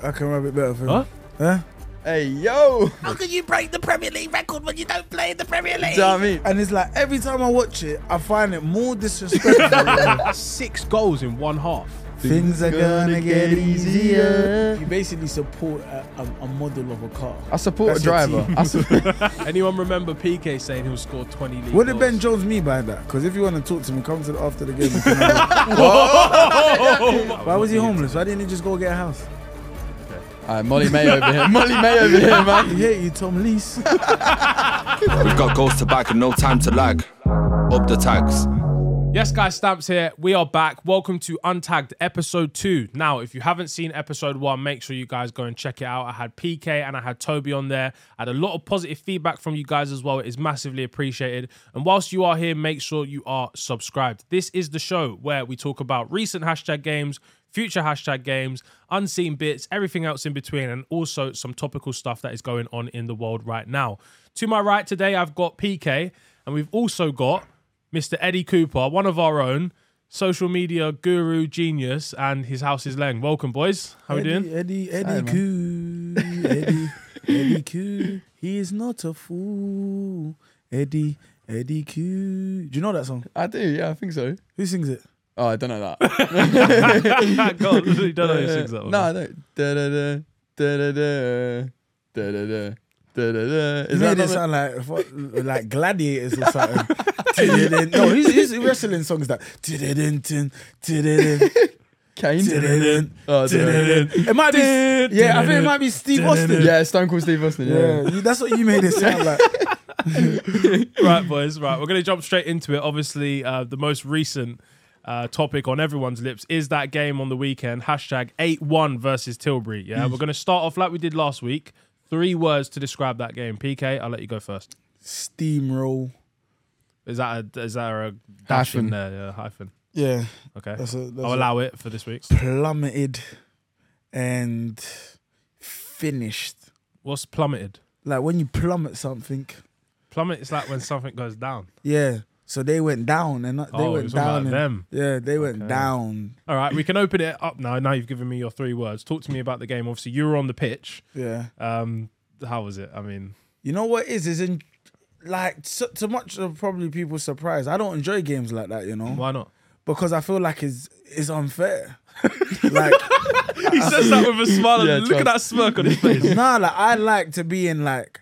I can rub it better for you. Huh? Huh? Hey, yo! How can you break the Premier League record when you don't play in the Premier League? Do you know what I mean? And it's like every time I watch it, I find it more disrespectful. Six goals in one half. Things are gonna get easier. You basically support a, a, a model of a car. I support That's a your driver. team. I support. Anyone remember PK saying he'll score 20 league What did goals? Ben Jones mean by that? Because if you want to talk to me, come to the after the game. we can have it. Why was he homeless? Why didn't he just go get a house? All right, Molly May over here. Molly May over here, man. He hate you, Tom Lees. We've got goals to back and no time to lag. Up the tags. Yes, guys, Stamps here. We are back. Welcome to Untagged episode two. Now, if you haven't seen episode one, make sure you guys go and check it out. I had PK and I had Toby on there. I had a lot of positive feedback from you guys as well. It is massively appreciated. And whilst you are here, make sure you are subscribed. This is the show where we talk about recent hashtag games, future hashtag games, unseen bits, everything else in between, and also some topical stuff that is going on in the world right now. To my right today, I've got PK, and we've also got Mr. Eddie Cooper, one of our own, social media guru, genius, and his house is Leng. Welcome, boys. How we doing? Eddie, Eddie Coo. Eddie, Eddie Coo. He is not a fool. Eddie, Eddie Coo. Do you know that song? I do. Yeah, I think so. Who sings it? Oh, I don't know that. God, you don't know who sings that one. no, I don't. Da da da da da da da da da da da. He Is that made not it the- sound like fu- like gladiators or something. Tididin. no, his, his wrestling songs that. tididin, tin, tididin, Kane? tididin, Oh, I don't know. tididin. It might be. Yeah, I think it might be Steve Austin. Yeah, Stone Cold Steve Austin. Yeah. Yeah, you- that's what you made it sound like. right, boys. Right, we're going to jump straight into it. Obviously, uh, the most recent uh, topic on everyone's lips is that game on the weekend. Hashtag eight one versus Tilbury. Yeah, we're going to start off like we did last week. Three words to describe that game. PK, I'll let you go first. Steamroll. Is that a is that a dash in Hyphen. there? Yeah, hyphen. Yeah, Okay, that's a, that's I'll a- allow it for this week. plummeted and finished. What's plummeted? Like when you plummet something. Plummet is like when something goes down. Yeah. So they went down and not, they Oh, went you're talking about down. and- them. Yeah, they went Okay. down. All right, we can open it up now. Now you've given me your three words. Talk to me about the game. Obviously, you were on the pitch. Yeah. Um, how was it? I mean, You know what is is in like so, to much of probably people's surprise. I don't enjoy games like that, you know, why not? because I feel like it's it's unfair. like He says that with a smile. Yeah, and look at that smirk on his face. nah, like I like to be in like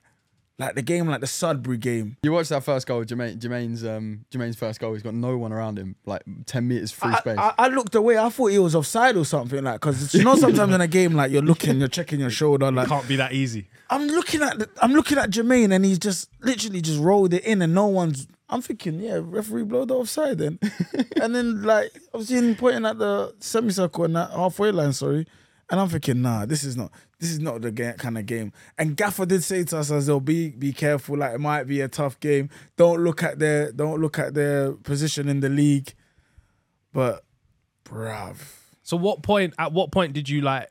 like the game like the Sudbury game. You watched that first goal, Jermaine, Jermaine's um, Jermaine's first goal. He's got no one around him, like ten meters free I, space. I, I looked away. I thought it was offside or something like because you know sometimes in a game like you're looking, you're checking your shoulder. Like Can't be that easy. I'm looking at the, I'm looking at Jermaine and he's just literally just rolled it in and no one's I'm thinking, yeah, referee blow the offside then. and then like obviously him pointing at the semicircle and that halfway line, sorry. And I'm thinking, nah, this is not this is not the ga- kind of game. And Gaffer did say to us as well, be be careful, like it might be a tough game. Don't look at their don't look at their position in the league. But bruv. So, what point? At what point did you like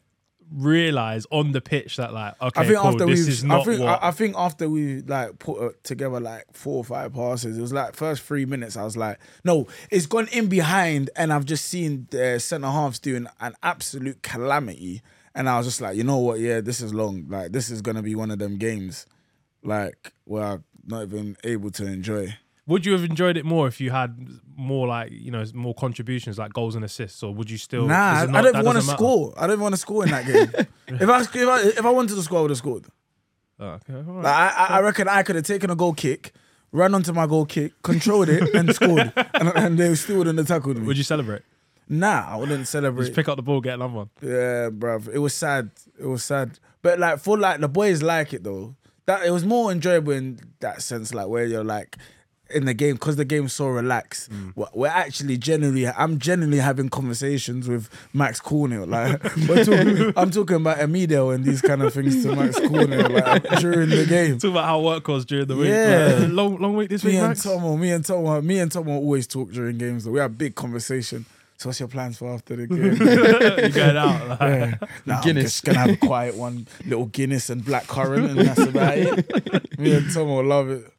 realize on the pitch that like okay, I think cool, after this we, is not I think, what I, I think after we like put uh, together like four or five passes, it was like first three minutes. I was like, no, it's gone in behind, and I've just seen the centre halves doing an absolute calamity, and I was just like, you know what? Yeah, this is long. Like this is gonna be one of them games, like where I'm not even able to enjoy. would you have enjoyed it more if you had more like you know more contributions like goals and assists, or would you still? Nah, I, is it I not- don't want that to doesn't matter? score. I don't want to score in that game. if I if I if I wanted to score, I would have scored. Oh, okay, all right. Like, I, I- I reckon I could have taken a goal kick, ran onto my goal kick, controlled it, and scored. And, and they still wouldn't have tackled me. Would you celebrate? nah, I wouldn't celebrate. Just pick up the ball, get another one. yeah, bruv. It was sad. It was sad. But like for like the boys like it though. That it was more enjoyable in that sense, like where you're like in the game because the game's so relaxed. Mm. We're, we're actually generally, I'm generally having conversations with Max Cornell. Like we're talking, I'm talking about Emilio and these kind of things to Max Cornell like, during the game. Talk about how work was during the week. Yeah. Like, long long week this week, me and Max? Tomo, me and Tomo, me and Tomo always talk during games. Though. We have big conversation. So what's your plans for after the game? you going out? like, nah, I'm Guinness. just gonna have a quiet one, little Guinness and black currant, and that's about it. Me and Tomo love it.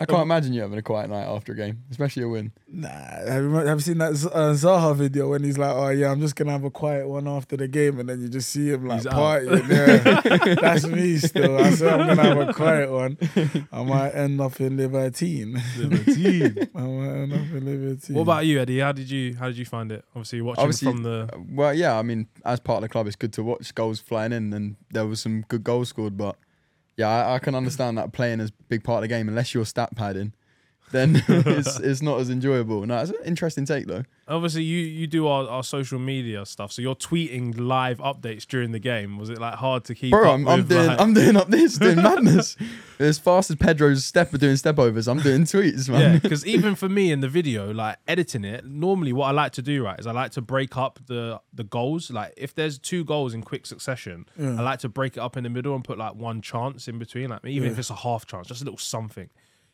I can't imagine you having a quiet night after a game, especially a win. Nah, have you, have you seen that Z- uh, Zaha video when he's like, "Oh yeah, I'm just gonna have a quiet one after the game," and then you just see him like He's out. partying. Yeah, that's me still. I said I'm gonna have a quiet one. I might end up in Libertine. I might end up in Libertine. What about you, Eddie? How did you how did you find it? Obviously, watching Obviously, from the Well, yeah, I mean, as part of the club, it's good to watch goals flying in, and there was some good goals scored. But yeah, I, I can understand that playing is a big part of the game. Unless you're stat padding, then it's it's not as enjoyable. No, it's an interesting take though. obviously you you do our, our social media stuff, so you're tweeting live updates during the game. Was it like hard to keep? Bro, up I'm, I'm with, doing like- I'm doing up this, doing madness. as fast as Pedro's step doing step overs, I'm doing tweets, man. yeah, because even for me in the video, like editing it, normally what I like to do, right, is I like to break up the the goals. Like if there's two goals in quick succession, I like to break it up in the middle and put like one chance in between, like even if it's a half chance, just a little something.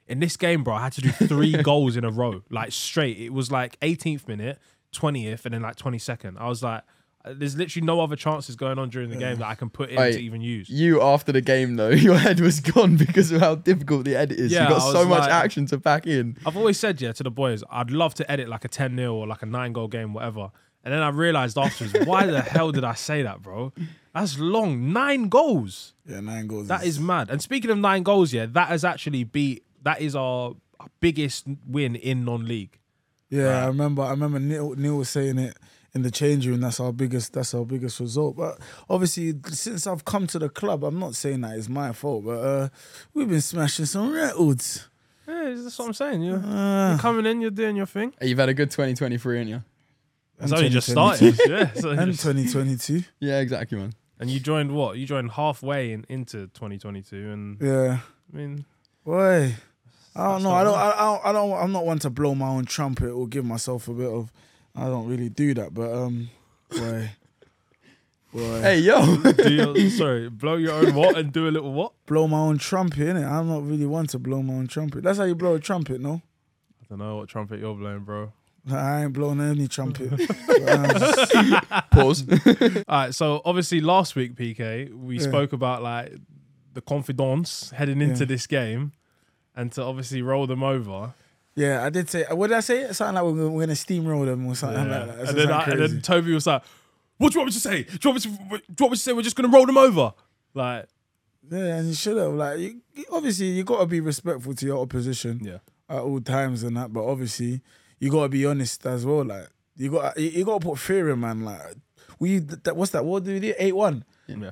In this game, bro, I had to do three goals in a row, like straight. It was like 18th minute, 20th, and then like 22nd. I was like, uh, there's literally no other chances going on during the game that I can put in Oi, to even use. You after the game though, your head was gone because of how difficult the edit is. Yeah, you got I so was much like- action to pack in. I've always said, yeah, to the boys, I'd love to edit like a 10 0 or like a nine goal game, whatever. And then I realized afterwards, why the hell did I say that, bro? That's long. Nine goals. Yeah, nine goals. That is mad. And speaking of nine goals, yeah, that has actually beat, that is our biggest win in non league. Yeah, I remember. I remember Neil, Neil was saying it in the change room. That's our biggest. That's our biggest result. But obviously, since I've come to the club, I'm not saying that it's my fault. But uh, we've been smashing some records. Yeah, that's what I'm saying. You're, Uh, coming in, you're doing your thing. Hey, You've had a good 2023, ain't you? It's and only just 2022. started. yeah. it's only And just- 2022. Yeah, exactly, man. and you joined what? You joined halfway in, into 2022. And Yeah. I mean, Boy, I don't That's know. not I don't. right. I, I don't. I don't. I'm not one to blow my own trumpet or give myself a bit of. I don't really do that. But um, boy, boy, Hey, yo. do your, sorry, blow your own what and do a little what? blow my own trumpet. Innit? I'm not really one to blow my own trumpet. That's how you blow a trumpet, no? I don't know what trumpet you're blowing, bro. Like, I ain't blowing any trumpet. But, um, Pause. All right, so obviously last week, PK, we Yeah. spoke about like the confidence heading into Yeah. this game, and to obviously roll them over. yeah, I did say. What did I say? Something like we're, we're gonna steamroll them or something Yeah. like that. and, then I, Something and crazy. then Toby was like, "What do you want me to say? Do you want me to, what- do you want me to say we're just gonna roll them over?" Like, yeah, and you should have like. You, you- obviously, you got to be respectful to your opposition. yeah, at all times and that. But obviously, you gotta be honest as well. Like you got you, you gotta put fear in, man. Like we that, what's that? What do we do? Eight one. yeah.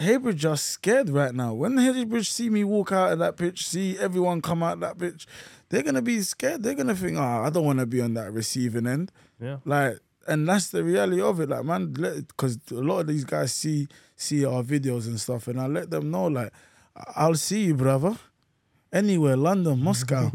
Haybridge are scared right now. When Haybridge see me walk out of that pitch, see everyone come out of that pitch, they're gonna be scared. They're gonna think, ah, I don't want to be on that receiving end. Yeah. Like, and that's the reality of it. Like, man, because a lot of these guys see see our videos and stuff, and I let them know, like, I- I'll see you, brother. Anywhere, London, Moscow,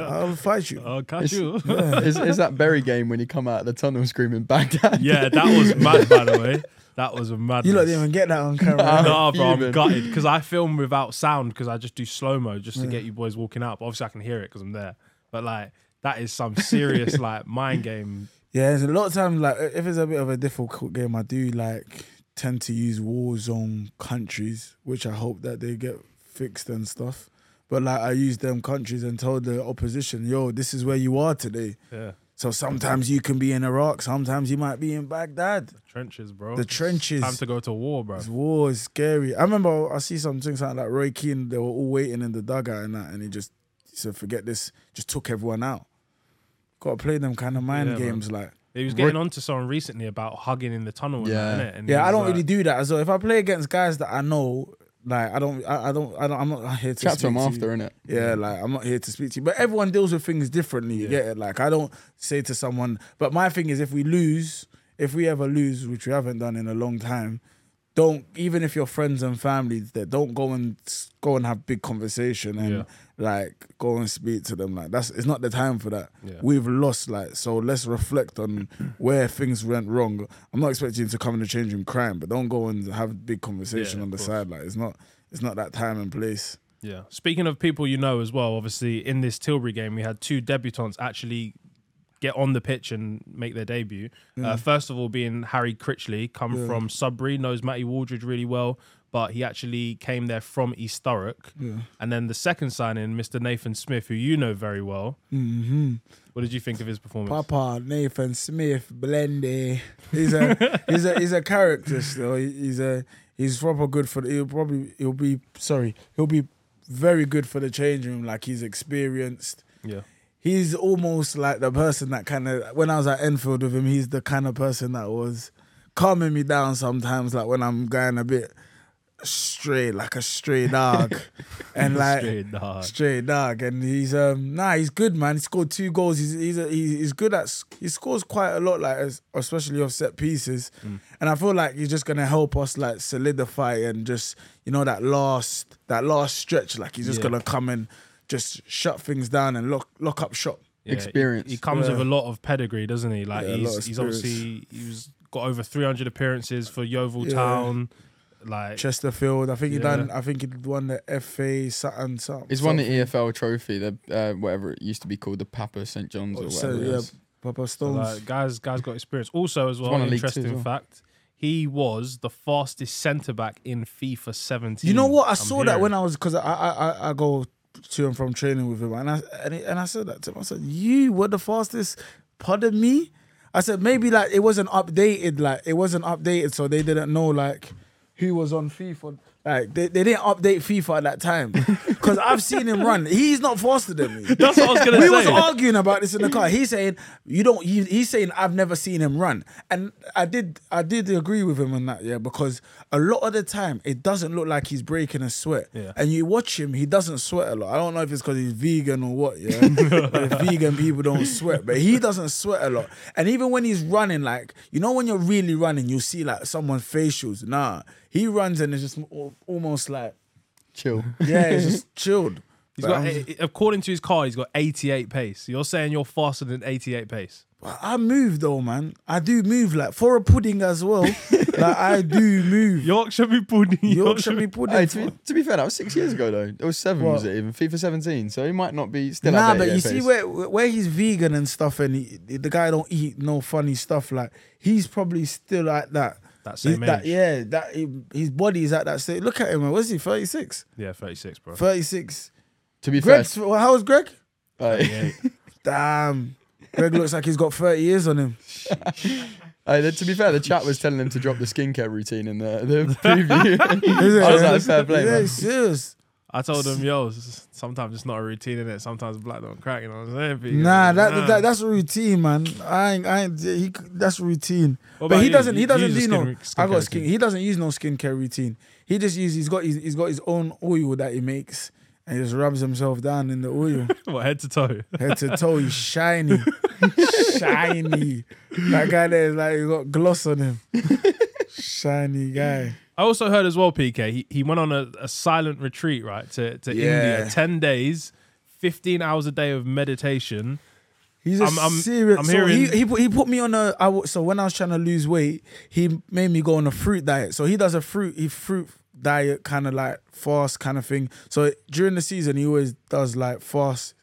I'll fight you. I'll catch you. is, is that Berry game when you come out of the tunnel screaming Baghdad? yeah, that was mad. By the way, that was a mad. You lot didn't even get that on camera. Nah. Nah, bro, I'm Fuming. gutted because I film without sound because I just do slow mo just to get you boys walking out. But obviously, I can hear it because I'm there. But like, that is some serious like mind game. Yeah, there's a lot of times like if it's a bit of a difficult game, I do like tend to use war zone countries, which I hope that they get fixed and stuff. But like I use them countries and told the opposition, yo, this is where you are today. Yeah, So sometimes you can be in Iraq, sometimes you might be in Baghdad. trenches, bro. The It's trenches. Time to go to war, bro. It's war is scary. I remember I see something something like Roy Keane, they were all waiting in the dugout and that, and he just he said, forget this, just took everyone out. Gotta play them kind of mind Yeah, man. games like He was getting onto someone recently about hugging in the tunnel. Yeah, Yeah. and that, innit? And he Yeah, I was don't like- really do that. So if I play against guys that I know, like I don't, I, I don't, I don't, I'm not here to Chat to speak him after, You. innit? Yeah, like I'm not here to speak to you. But everyone deals with things differently. You get it? Like I don't say to someone. But my thing is, if we lose, if we ever lose, which we haven't done in a long time, don't even if you're friends and family, that don't go and s- go and have big conversation and Yeah. like go and speak to them. Like that's it's not the time for that. Yeah. We've lost. Like so, let's reflect on where things went wrong. I'm not expecting you to come in the change room crying, but don't go and have big conversation Yeah, on the of course. side. Like it's not it's not that time and place. Yeah. Speaking of people you know as well, obviously in this Tilbury game, we had two debutants actually get on the pitch and make their debut. Uh, first of all, being Harry Critchley, come from Sudbury, knows Matty Waldridge really well, but he actually came there from East Thurrock. And then the second signing, Mr. Nathan Smith, who you know very well. Mm-hmm. What did you think of his performance? Papa Nathan Smith Blende. He's a he's a he's a character still. He- He's a he's proper good for. The, he'll probably he'll be sorry. He'll be very good for the change room. Like he's experienced. Yeah. He's almost like the person that kind of when I was at Enfield with him. He's the kind of person that was calming me down sometimes. Like when I'm going a bit stray, like a stray dog, and like Straight hard. Straight dog, and he's um nah, he's good man. He scored two goals. He's he's a, he's he's good at s- he scores quite a lot, like as, especially off set pieces. Mm. And I feel like he's just gonna help us like solidify and just you know that last that last stretch. Like he's just Yeah. gonna come and just shut things down and lock lock up shop. Yeah, he- Experience. He, comes Yeah. with a lot of pedigree, doesn't he? Like Yeah, a lot he's of he's experience. obviously he's got over 300 appearances for Yeovil Yeah. Town. Like Chesterfield. I think he Yeah. done. I think he won the FA something something. He's won the EFL trophy, the uh, whatever it used to be called, the Papa St John's or something. Oh, whatever. So, it yeah, is. Papa So, Stones. Like, guys, guys got experience. Also, as well, won a league too, as interesting well. fact: he was the fastest centre back in FIFA 17. You know what? I saw that when I was because I, I I I go to and from training with him, and I and, he- and I said that to him. I said, "You were the fastest." Pardon me. I said maybe like it wasn't updated, like it wasn't updated, so they didn't know like who was on FIFA. Like they, they didn't update FIFA at that time because I've seen him run. He's not faster than me. That's what I was gonna we say. was arguing about this in the car. He's saying you don't. He, he's saying I've never seen him run, and I did. I did agree with him on that. Yeah, because a lot of the time it doesn't look like he's breaking a sweat. Yeah. And you watch him, he doesn't sweat a lot. I don't know if it's because he's vegan or what. Yeah, Like, vegan people don't sweat, but he doesn't sweat a lot. And even when he's running, like you know, when you're really running, you see like someone's facials. Nah, he runs and it's just al- almost like Chill. yeah, it's just chilled. He's But got, I'm- eh, eh, according to his card, he's got 88 pace. You're saying you're faster than 88 pace. I move though, man. I do move like for a pudding as well. like I do move. Yorkshire be pudding. Yorkshire be- me pudding. Hey, to, be, to be fair, that was six years ago though. It was seven, was it even? FIFA 17, so he might not be still. nah, at that but yet, you see pace. where where he's vegan and stuff, and he, the guy don't eat no funny stuff. Like he's probably still like that. That same He's- that- age. yeah, that he- his body is at that state. Look at him. man. What's he? Thirty six. yeah, 36, bro. Thirty six. To be fair, Greg's. Well, how old's Greg? like, Yeah. Damn. Greg looks like he's got thirty years on him. hey, the- to be fair, the chat was telling him to drop the skincare routine in the, the preview. Is it? I was like, fair play, yeah, man. serious. I told him, yo, s- sometimes it's not a routine in it. Sometimes black don't crack. You know what I'm saying? But, Nah, that, that that's a routine, man. I ain't, I ain't, he, that's routine. What but about he you? doesn't, You- he doesn't you use do a no. skin- I skincare got skin. routine. He doesn't use no skincare routine. He just uses. He's got. His, he's got his own oil that he makes, and he just rubs himself down in the oil, What, head to toe. head to toe. He's shiny, shiny. That guy there is like he got gloss on him. Shiny guy. I also heard as well, PK, he, he went on a, a silent retreat, right, to, to India. Yeah. 10 days, 15 hours a day of meditation. He's a I'm- I'm- serious. I'm so he, hearing- he put he put me on a. I w- so when I was trying to lose weight, he made me go on a fruit diet. So he does a fruit he fruit diet kind of like fast kind of thing. So during the season, he always does like fast.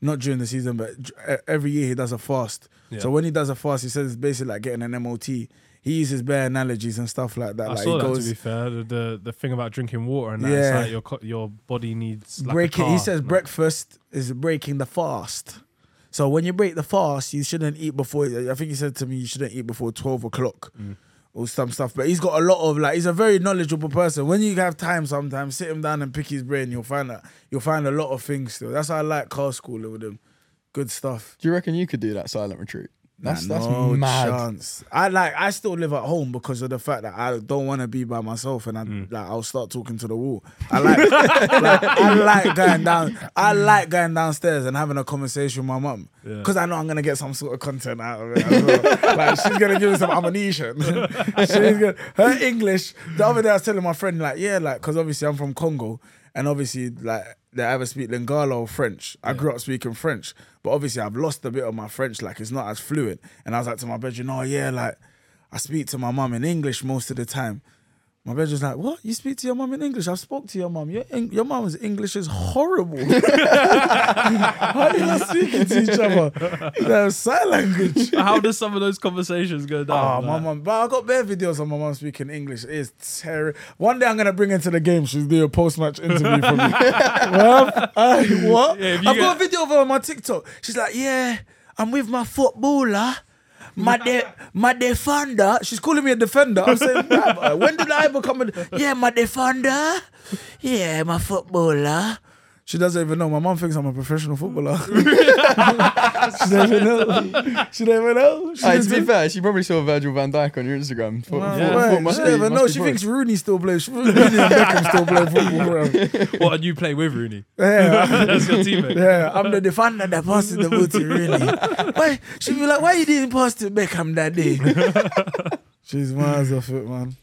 Not during the season, but d- e- every year he does a fast. Yeah. So when he does a fast, he says it's basically like getting an MOT. He uses bare analogies and stuff like that. I like saw he that, goes, to be fair. The, the, the thing about drinking water and that, it's Yeah. like your, co- your body needs like breaking. a car. He says breakfast is breaking the fast. So when you break the fast, you shouldn't eat before. I think he said to me, you shouldn't eat before twelve o'clock Mm. or some stuff. But he's got a lot of like. He's a very knowledgeable person. When you have time, sometimes sit him down and pick his brain. You'll find that you'll find a lot of things still. That's why I like car schooling with him. Good stuff. Do you reckon you could do that silent retreat? That's Nah, that's no mad. chance. I like. I still live at home because of the fact that I don't want to be by myself, and I Mm. like. I'll start talking to the wall. I like. like, I like going down. I like going downstairs and having a conversation with my mum because I know I'm gonna get some sort of content out of it. As well. like she's gonna give me some ammunition. she's gonna, her English. The other day I was telling my friend like, yeah, like because obviously I'm from Congo and obviously like they either speak Lingala or French. I grew up speaking French, but obviously I've lost a bit of my French. Like it's not as fluent. And I was like to my bedroom, oh yeah, like I speak to my mum in English most of the time My brother's just like, what? You speak to your mum in English? I spoke to your mum. Your Eng- your mum's English is horrible. How are you speaking to each other? The sign language. How does some of those conversations go Oh, down? my mum. But I got bare videos of my mum speaking English. It's terrible. One day I'm gonna bring her to the game. She'll do a post-match interview for me. Bruv, I- what? Yeah, if you I've got get- a video of her on my TikTok. She's like, yeah, I'm with my footballer. My de- my defender. She's calling me a defender. I'm saying, "Bruv, uh, when did I become a? Yeah, my defender. Yeah, my footballer. She doesn't even know. My mum thinks I'm a professional footballer. she doesn't even know. She doesn't even know. She Hey, just to be fair, she probably saw Virgil van Dijk on your Instagram. Thought- Oh, thought- right. thought must She be- never must knows. be She boys. thinks Rooney still plays. Rooney and Beckham still play football. Bro. What, and you play with Rooney? Yeah, That's your teammate. yeah. I'm the defender that passes the ball to Rooney. Why she be like, why you didn't pass to Beckham that day? She's miles off it, man.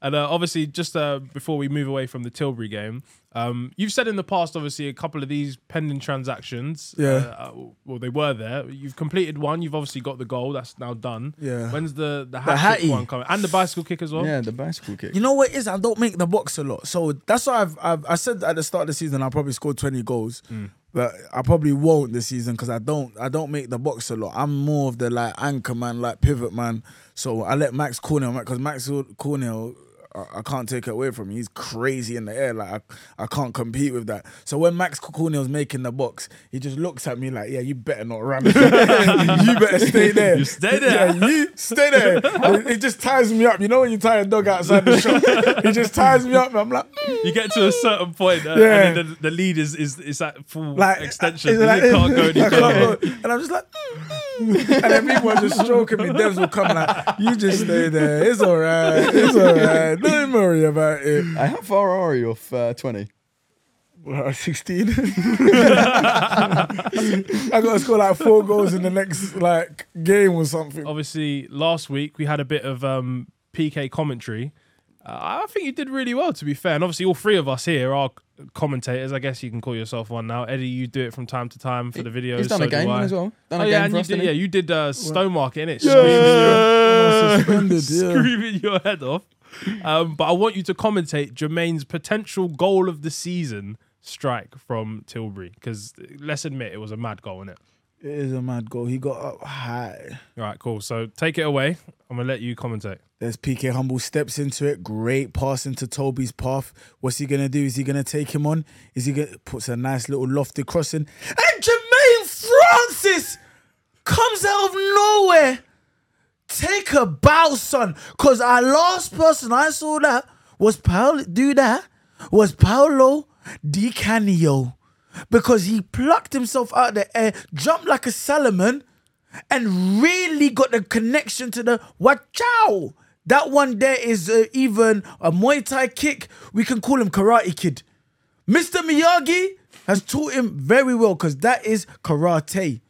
And uh, obviously, just uh, before we move away from the Tilbury game, um, you've said in the past, obviously, a couple of these pending transactions. Yeah. Uh, uh, well, they were there. You've completed one. You've obviously got the goal. That's now done. Yeah. When's the the hat hattie. trick one coming? And the bicycle kick as well. Yeah, the bicycle kick. You know what it is? I don't make the box a lot, so that's why I've, I've I said at the start of the season I probably scored 20 goals, Mm. but I probably won't this season because I don't I don't make the box a lot. I'm more of the like anchor man, like pivot man. So I let Max Cornell because Max Cornell. I I can't take it away from him. He's crazy in the air. Like I, I can't compete with that. So when Max Cornell's making the box, he just looks at me like, "Yeah, you better not ram. it. you better stay there. You stay there." Yeah, you stay there. it, it just ties me up. You know when you tie a dog outside the shop, it just ties me up. I'm like, "Mm." You get to a certain point, uh, Yeah. and then the, the lead is is is that full like extension. it's You like- can't go I any can't further. go. And I'm just like, "Mm, mm." and then people are just stroking me. Devs will come like, you just stay there. It's all right. It's all right. Don't worry about it. Hey, how far are you off uh, 20? Well, 16. I got to score like four goals in the next like game or Oh. something. Obviously, last week we had a bit of um, PK commentary. Uh, I think you did really well, to be fair. And obviously, all three of us here are commentators. I guess you can call yourself one now. Eddie, you do it from time to time for the videos. He's done so a do game I. as well. Oh Done a game yeah, and for you us, did, didn't yeah, he? you did uh, Stonemark in it, I'm suspended. Yeah. screaming your head off. Um, but I want you to commentate Jermaine's potential goal of the season strike from Tilbury because let's admit it was a mad goal, innit? It is a mad goal. He got up high. All right, cool. So take it away. I'm gonna let you commentate. There's PK Humble steps into it. Great pass into Toby's path. What's he gonna do? Is he gonna take him on? Is he gonna puts a nice little lofted crossing? And Jermaine Francis comes out of nowhere. Take a bow, son. Cause our last person I saw that was Paolo do that was Paolo Di Canio. Because he plucked himself out of the air, jumped like a salmon, and really got the connection to the wachow. That one there is uh, even a Muay Thai kick. We can call him Karate Kid. Mr. Miyagi has taught him very well because that is karate.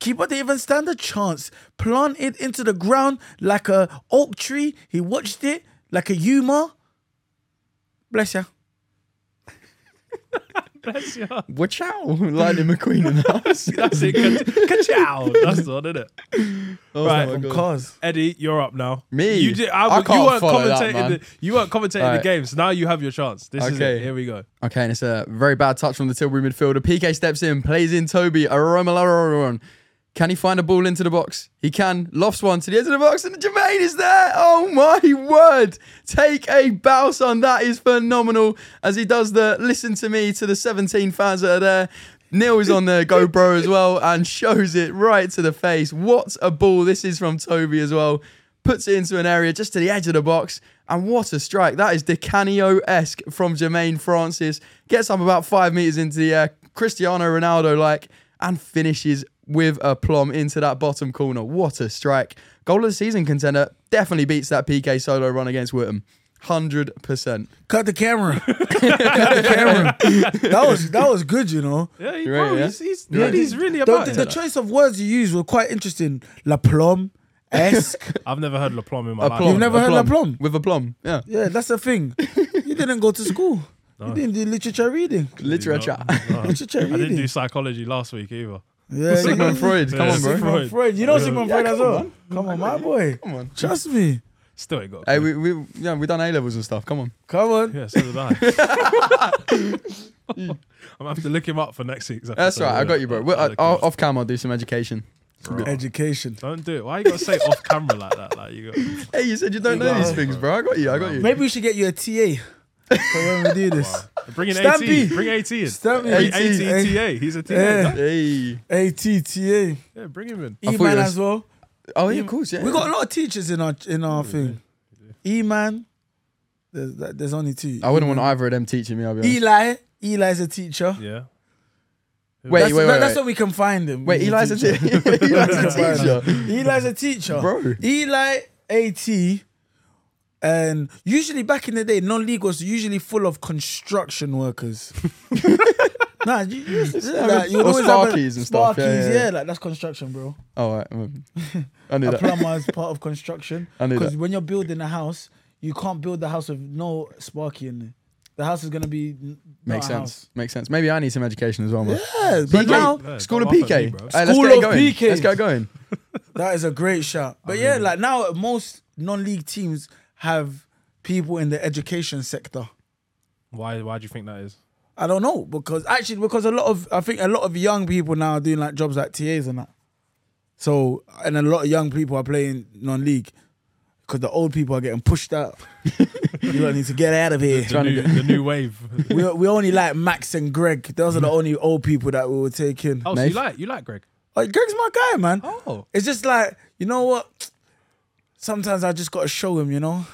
Keeper didn't even stand a chance. Planted into the ground like a oak tree. He watched it like a Yuma. Bless ya. Watch out, Lightning McQueen in the house. That's it. Ka-chow. That's the one, isn't it? Oh Right, my from God. Cause Eddie, you're up now. Me? You did. I, I was- you can't weren't follow that, commentating. man. the, you weren't commentating the Alright. game, so now you have your chance. This is it. Okay. Here we go. Okay, and it's a very bad touch from the Tilbury midfielder. PK steps in, plays in Toby, Aromalaron. Can he find a ball into the box? He can. Lofts one to the edge of the box, and Jermaine is there. Oh my word. Take a bow, son. That is phenomenal. As he does the listen to me to the 17 fans that are there. Neil is on the GoPro as well and shows it right to the face. What a ball. This is from Toby as well. Puts it into an area just to the edge of the box. And what a strike. That is DiCanio esque from Jermaine Francis. Gets up about five meters into the air, Cristiano Ronaldo like, and finishes with a plum into that bottom corner. What a strike. Goal of the season contender. Definitely beats that PK solo run against Whittam. 100%. cut the camera. cut the camera. That was that was good, you know. Yeah, he, You're right, bro, yeah? He's, he's, You're right. Eddie's really The, about the, it. the choice of words you used were quite interesting. La plum esque. I've never heard Laplom in my life. Aplomb. You've never heard of Aplomb. aplomb? With a plum, yeah. yeah, that's the thing. You didn't go to school. You didn't do literature reading. Literature. Literature I didn't do reading. psychology last week either. yeah, you Sigmund didn't- Freud, come Yeah, on, bro. Sigmund Sigmund Freud. You know Sigmund Freud as come well. on. Come on, my boy. Come on. Trust me. Still ain't got. A Hey, clue. we we yeah, we done A levels and stuff. Come on. Come on. yeah, so did I. I'm gonna have to look him up for next week's episode. That's right. I got you, bro. Well, I, look him I'll- up. off cam, I'll do some education. Education. Don't do it. Why you gotta say off camera like that? Like you got. Hey, you said you don't know these things, bro. I got you. I got you. Maybe we should get you a TA for when we do this. Bring in Stampy. AT. Bring AT in. Stampy. Bring AT, AT. TA. He's a TA. Yeah. Hey. A T T A. Yeah, bring him in. thought E you man was- as well. Oh yeah, of course. Yeah. We got a lot of teachers in our in our thing. E man. There's, there's only two. I wouldn't want either of them teaching me. I'll be honest. Eli. Eli's a teacher. Yeah. wait, that's, wait, that- wait. That's wait. where we can find him. Wait, He's a Eli's a, teacher. te- Eli's a teacher. Eli's a teacher. Bro. Eli AT. And usually back in the day, non league was usually full of construction workers. nah, you, you, like, you Or would always sparkies have a- and stuff, yeah, sparkies, yeah, yeah. like that's construction, bro. Oh, right. well, I knew A that. plumber is part of construction. I knew Because that. when you're building a house, you can't build the house with no sparky in it. The house is gonna be n- not Makes a sense. Makes sense. Maybe I need some education as well, man. House. Yeah, but PK, now Yeah, school of don't laugh at me, PK. bro. Hey, let's School get it of going. PK. Let's get it going. That is a great shout. But yeah, like now most non-league teams have people in the education sector. Why? Why do you think that is? I don't know because actually because a lot of I think a lot of young people now are doing like jobs like TAs and that. So and a lot of young people are playing non-league because the old people are getting pushed out. you don't need to get out of here. The new, the new wave. We, we only like Max and Greg. Those are the only old people that we will take in. Oh, so you Nath? like you like Greg? Like, Greg's my guy, man. Oh, It's just like, you know what? Sometimes I just gotta show him, you know?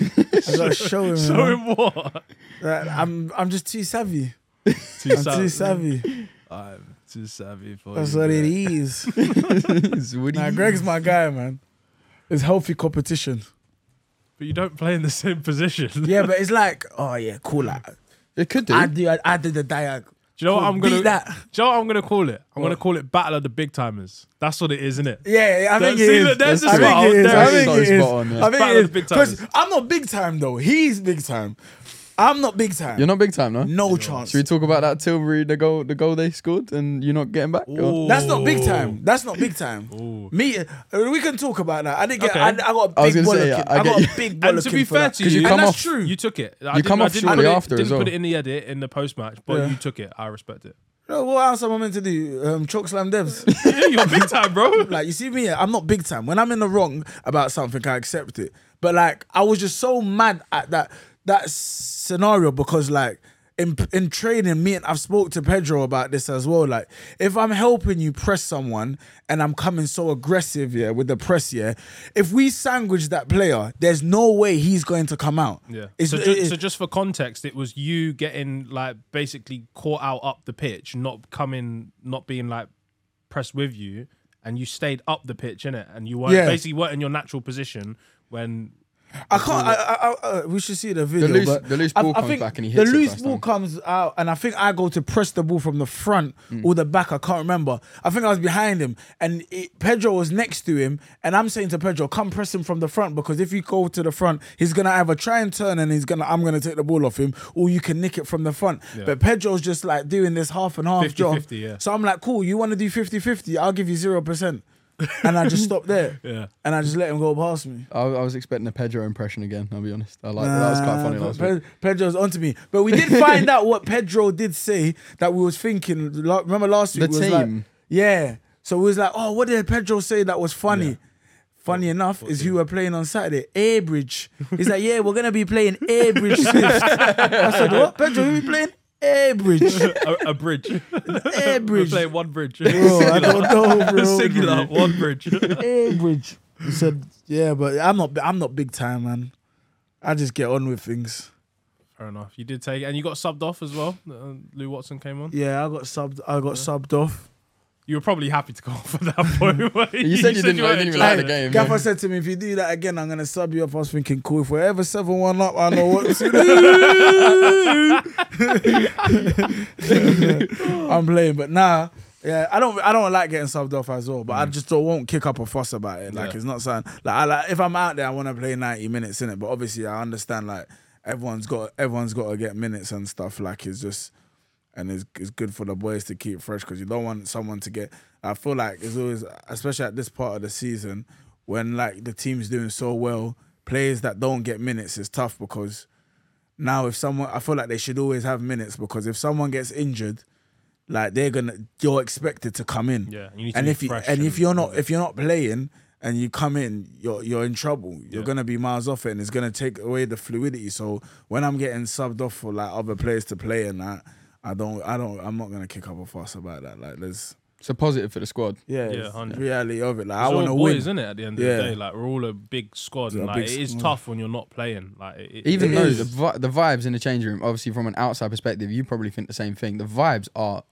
I gotta show him. you show know? him what? Like, I'm I'm just too savvy. Too I'm too savvy. I'm too savvy for That's you. what it bro. is. It's Woody. Nah, Greg's my guy, man. It's healthy competition. But you don't play in the same position. Yeah, but it's like, oh yeah, cool. Like, It could do. I do I, I did the diag. Do you know what Cool, I'm gonna? beat that. Do you know what I'm gonna call it? I'm gonna call it Battle of the Big Timers. That's what it is, isn't it? Yeah, yeah, I think See, it is. look, there's I the think spot. it is. There I it think is. it It's is. spot on, yeah. I think it Battle of is. the big 'Cause timers. I'm not big time though. He's big time. I'm not big time. You're not big time, no. no chance. Should we talk about that Tilbury the goal the goal they scored and you're not getting back? or- Ooh. That's not big time. That's not big time. Me, uh, we can talk about that. I didn't get. Okay. I, I got a I was big gonna bollock. say, in. yeah, I, I get got you. a big bollock. And to be in for fair that. to 'Cause you, you and come that's off- true. You took it. I you didn't- come I off didn't shortly put it- after as Didn't put well. it in the edit in the post match, but Yeah. you took it. I respect it. No, what else am I meant to do? Um, choke slam devs. yeah, you're big time, bro. like you see me, I'm not big time. When I'm in the wrong about something, I accept it. But like, I was just so mad at that that scenario because like. In, in training, me and I've spoke to Pedro about this as well. Like, if I'm helping you press someone and I'm coming so aggressive, yeah, with the press, yeah, if we sandwich that player, there's no way he's going to come out. Yeah. It's- so, ju- it- it- so just for context, it was you getting like basically caught out up the pitch, not coming, not being like pressed with you, and you stayed up the pitch in it, and you weren't Yeah. basically weren't in your natural position when. I can't. I, I, I, uh, we should see the video. loose- but the loose I- ball I comes think back and he the hits it loose first ball time. comes out, and I think I go to press the ball from the front Mm. or the back. I can't remember. I think I was behind him, and it, Pedro was next to him, and I'm saying to Pedro, "Come press him from the front because if you go to the front, he's gonna either try and turn, and he's gonna I'm gonna take the ball off him, or you can nick it from the front." But Pedro's just like doing this half and half 50-50, job. yeah. So I'm like, "Cool, you want to do 50-50? I'll give you zero percent." and I just stopped there, Yeah. and I just let him go past me. I, I was expecting a Pedro impression again. I'll be honest. I like that was quite funny Nah, last Uh, Pe- week. Pedro's onto me, but we did find out what Pedro did say that we was thinking. Like, remember last week, The we was like, team. yeah. So we was like, oh, what did Pedro say that was funny? Funny enough, is who we're playing on Saturday, Airbridge. He's like, yeah, we're gonna be playing Airbridge. Swift. I said, what? Pedro, who we playing? Airbridge. A, a bridge. We're Airbridge. playing one bridge. Bro, I don't know, bro. Singular, one bridge. Airbridge. He said, yeah, but I'm not. I'm not big time, man. I just get on with things. Fair enough. You did take it, and you got subbed off as well. Uh, Lou Watson came on. Yeah, I got subbed. I got subbed off. You were probably happy to go on for that point. weren't You said you didn't- weren't didn't even enjoying like the it. game. Gaffer yeah. said to me, if you do that again, I'm going to sub you up. I was thinking, cool, if we're ever 7 1 up, I know what to do. I'm playing, but nah. Yeah, I don't. I don't like getting subbed off as well, Mm. but I just don't, won't kick up a fuss about it. Like Yeah. it's not something. Like, I, like if I'm out there, I want to play 90 minutes in it. But obviously, I understand like everyone's got everyone's got to get minutes and stuff. Like it's just and it's, it's good for the boys to keep fresh because you don't want someone to get. I feel like it's always, especially at this part of the season, when like the team's doing so well, players that don't get minutes is tough because now if someone, I feel like they should always have minutes because if someone gets injured, like they're gonna, you're expected to come in. Yeah, you need to and be if you fresh and and- if you're not if you're not playing and you come in, you're you're in trouble. You're gonna be miles off it, and it's gonna take away the fluidity. So when I'm getting subbed off for like other players to play and that, I don't, I don't, I'm not gonna kick up a fuss about that. Like there's, It's a positive for the squad. yeah, Yeah, it's 100. the reality of it. Like It's I want to all win. boys, isn't it? At the end of Yeah. the day, like we're all a big squad, Yeah, and like big it is squad. tough when you're not playing. Like it, it- Even It though is. the, vi- the vibes in the change room, obviously from an outside perspective, you probably think the same thing. The vibes are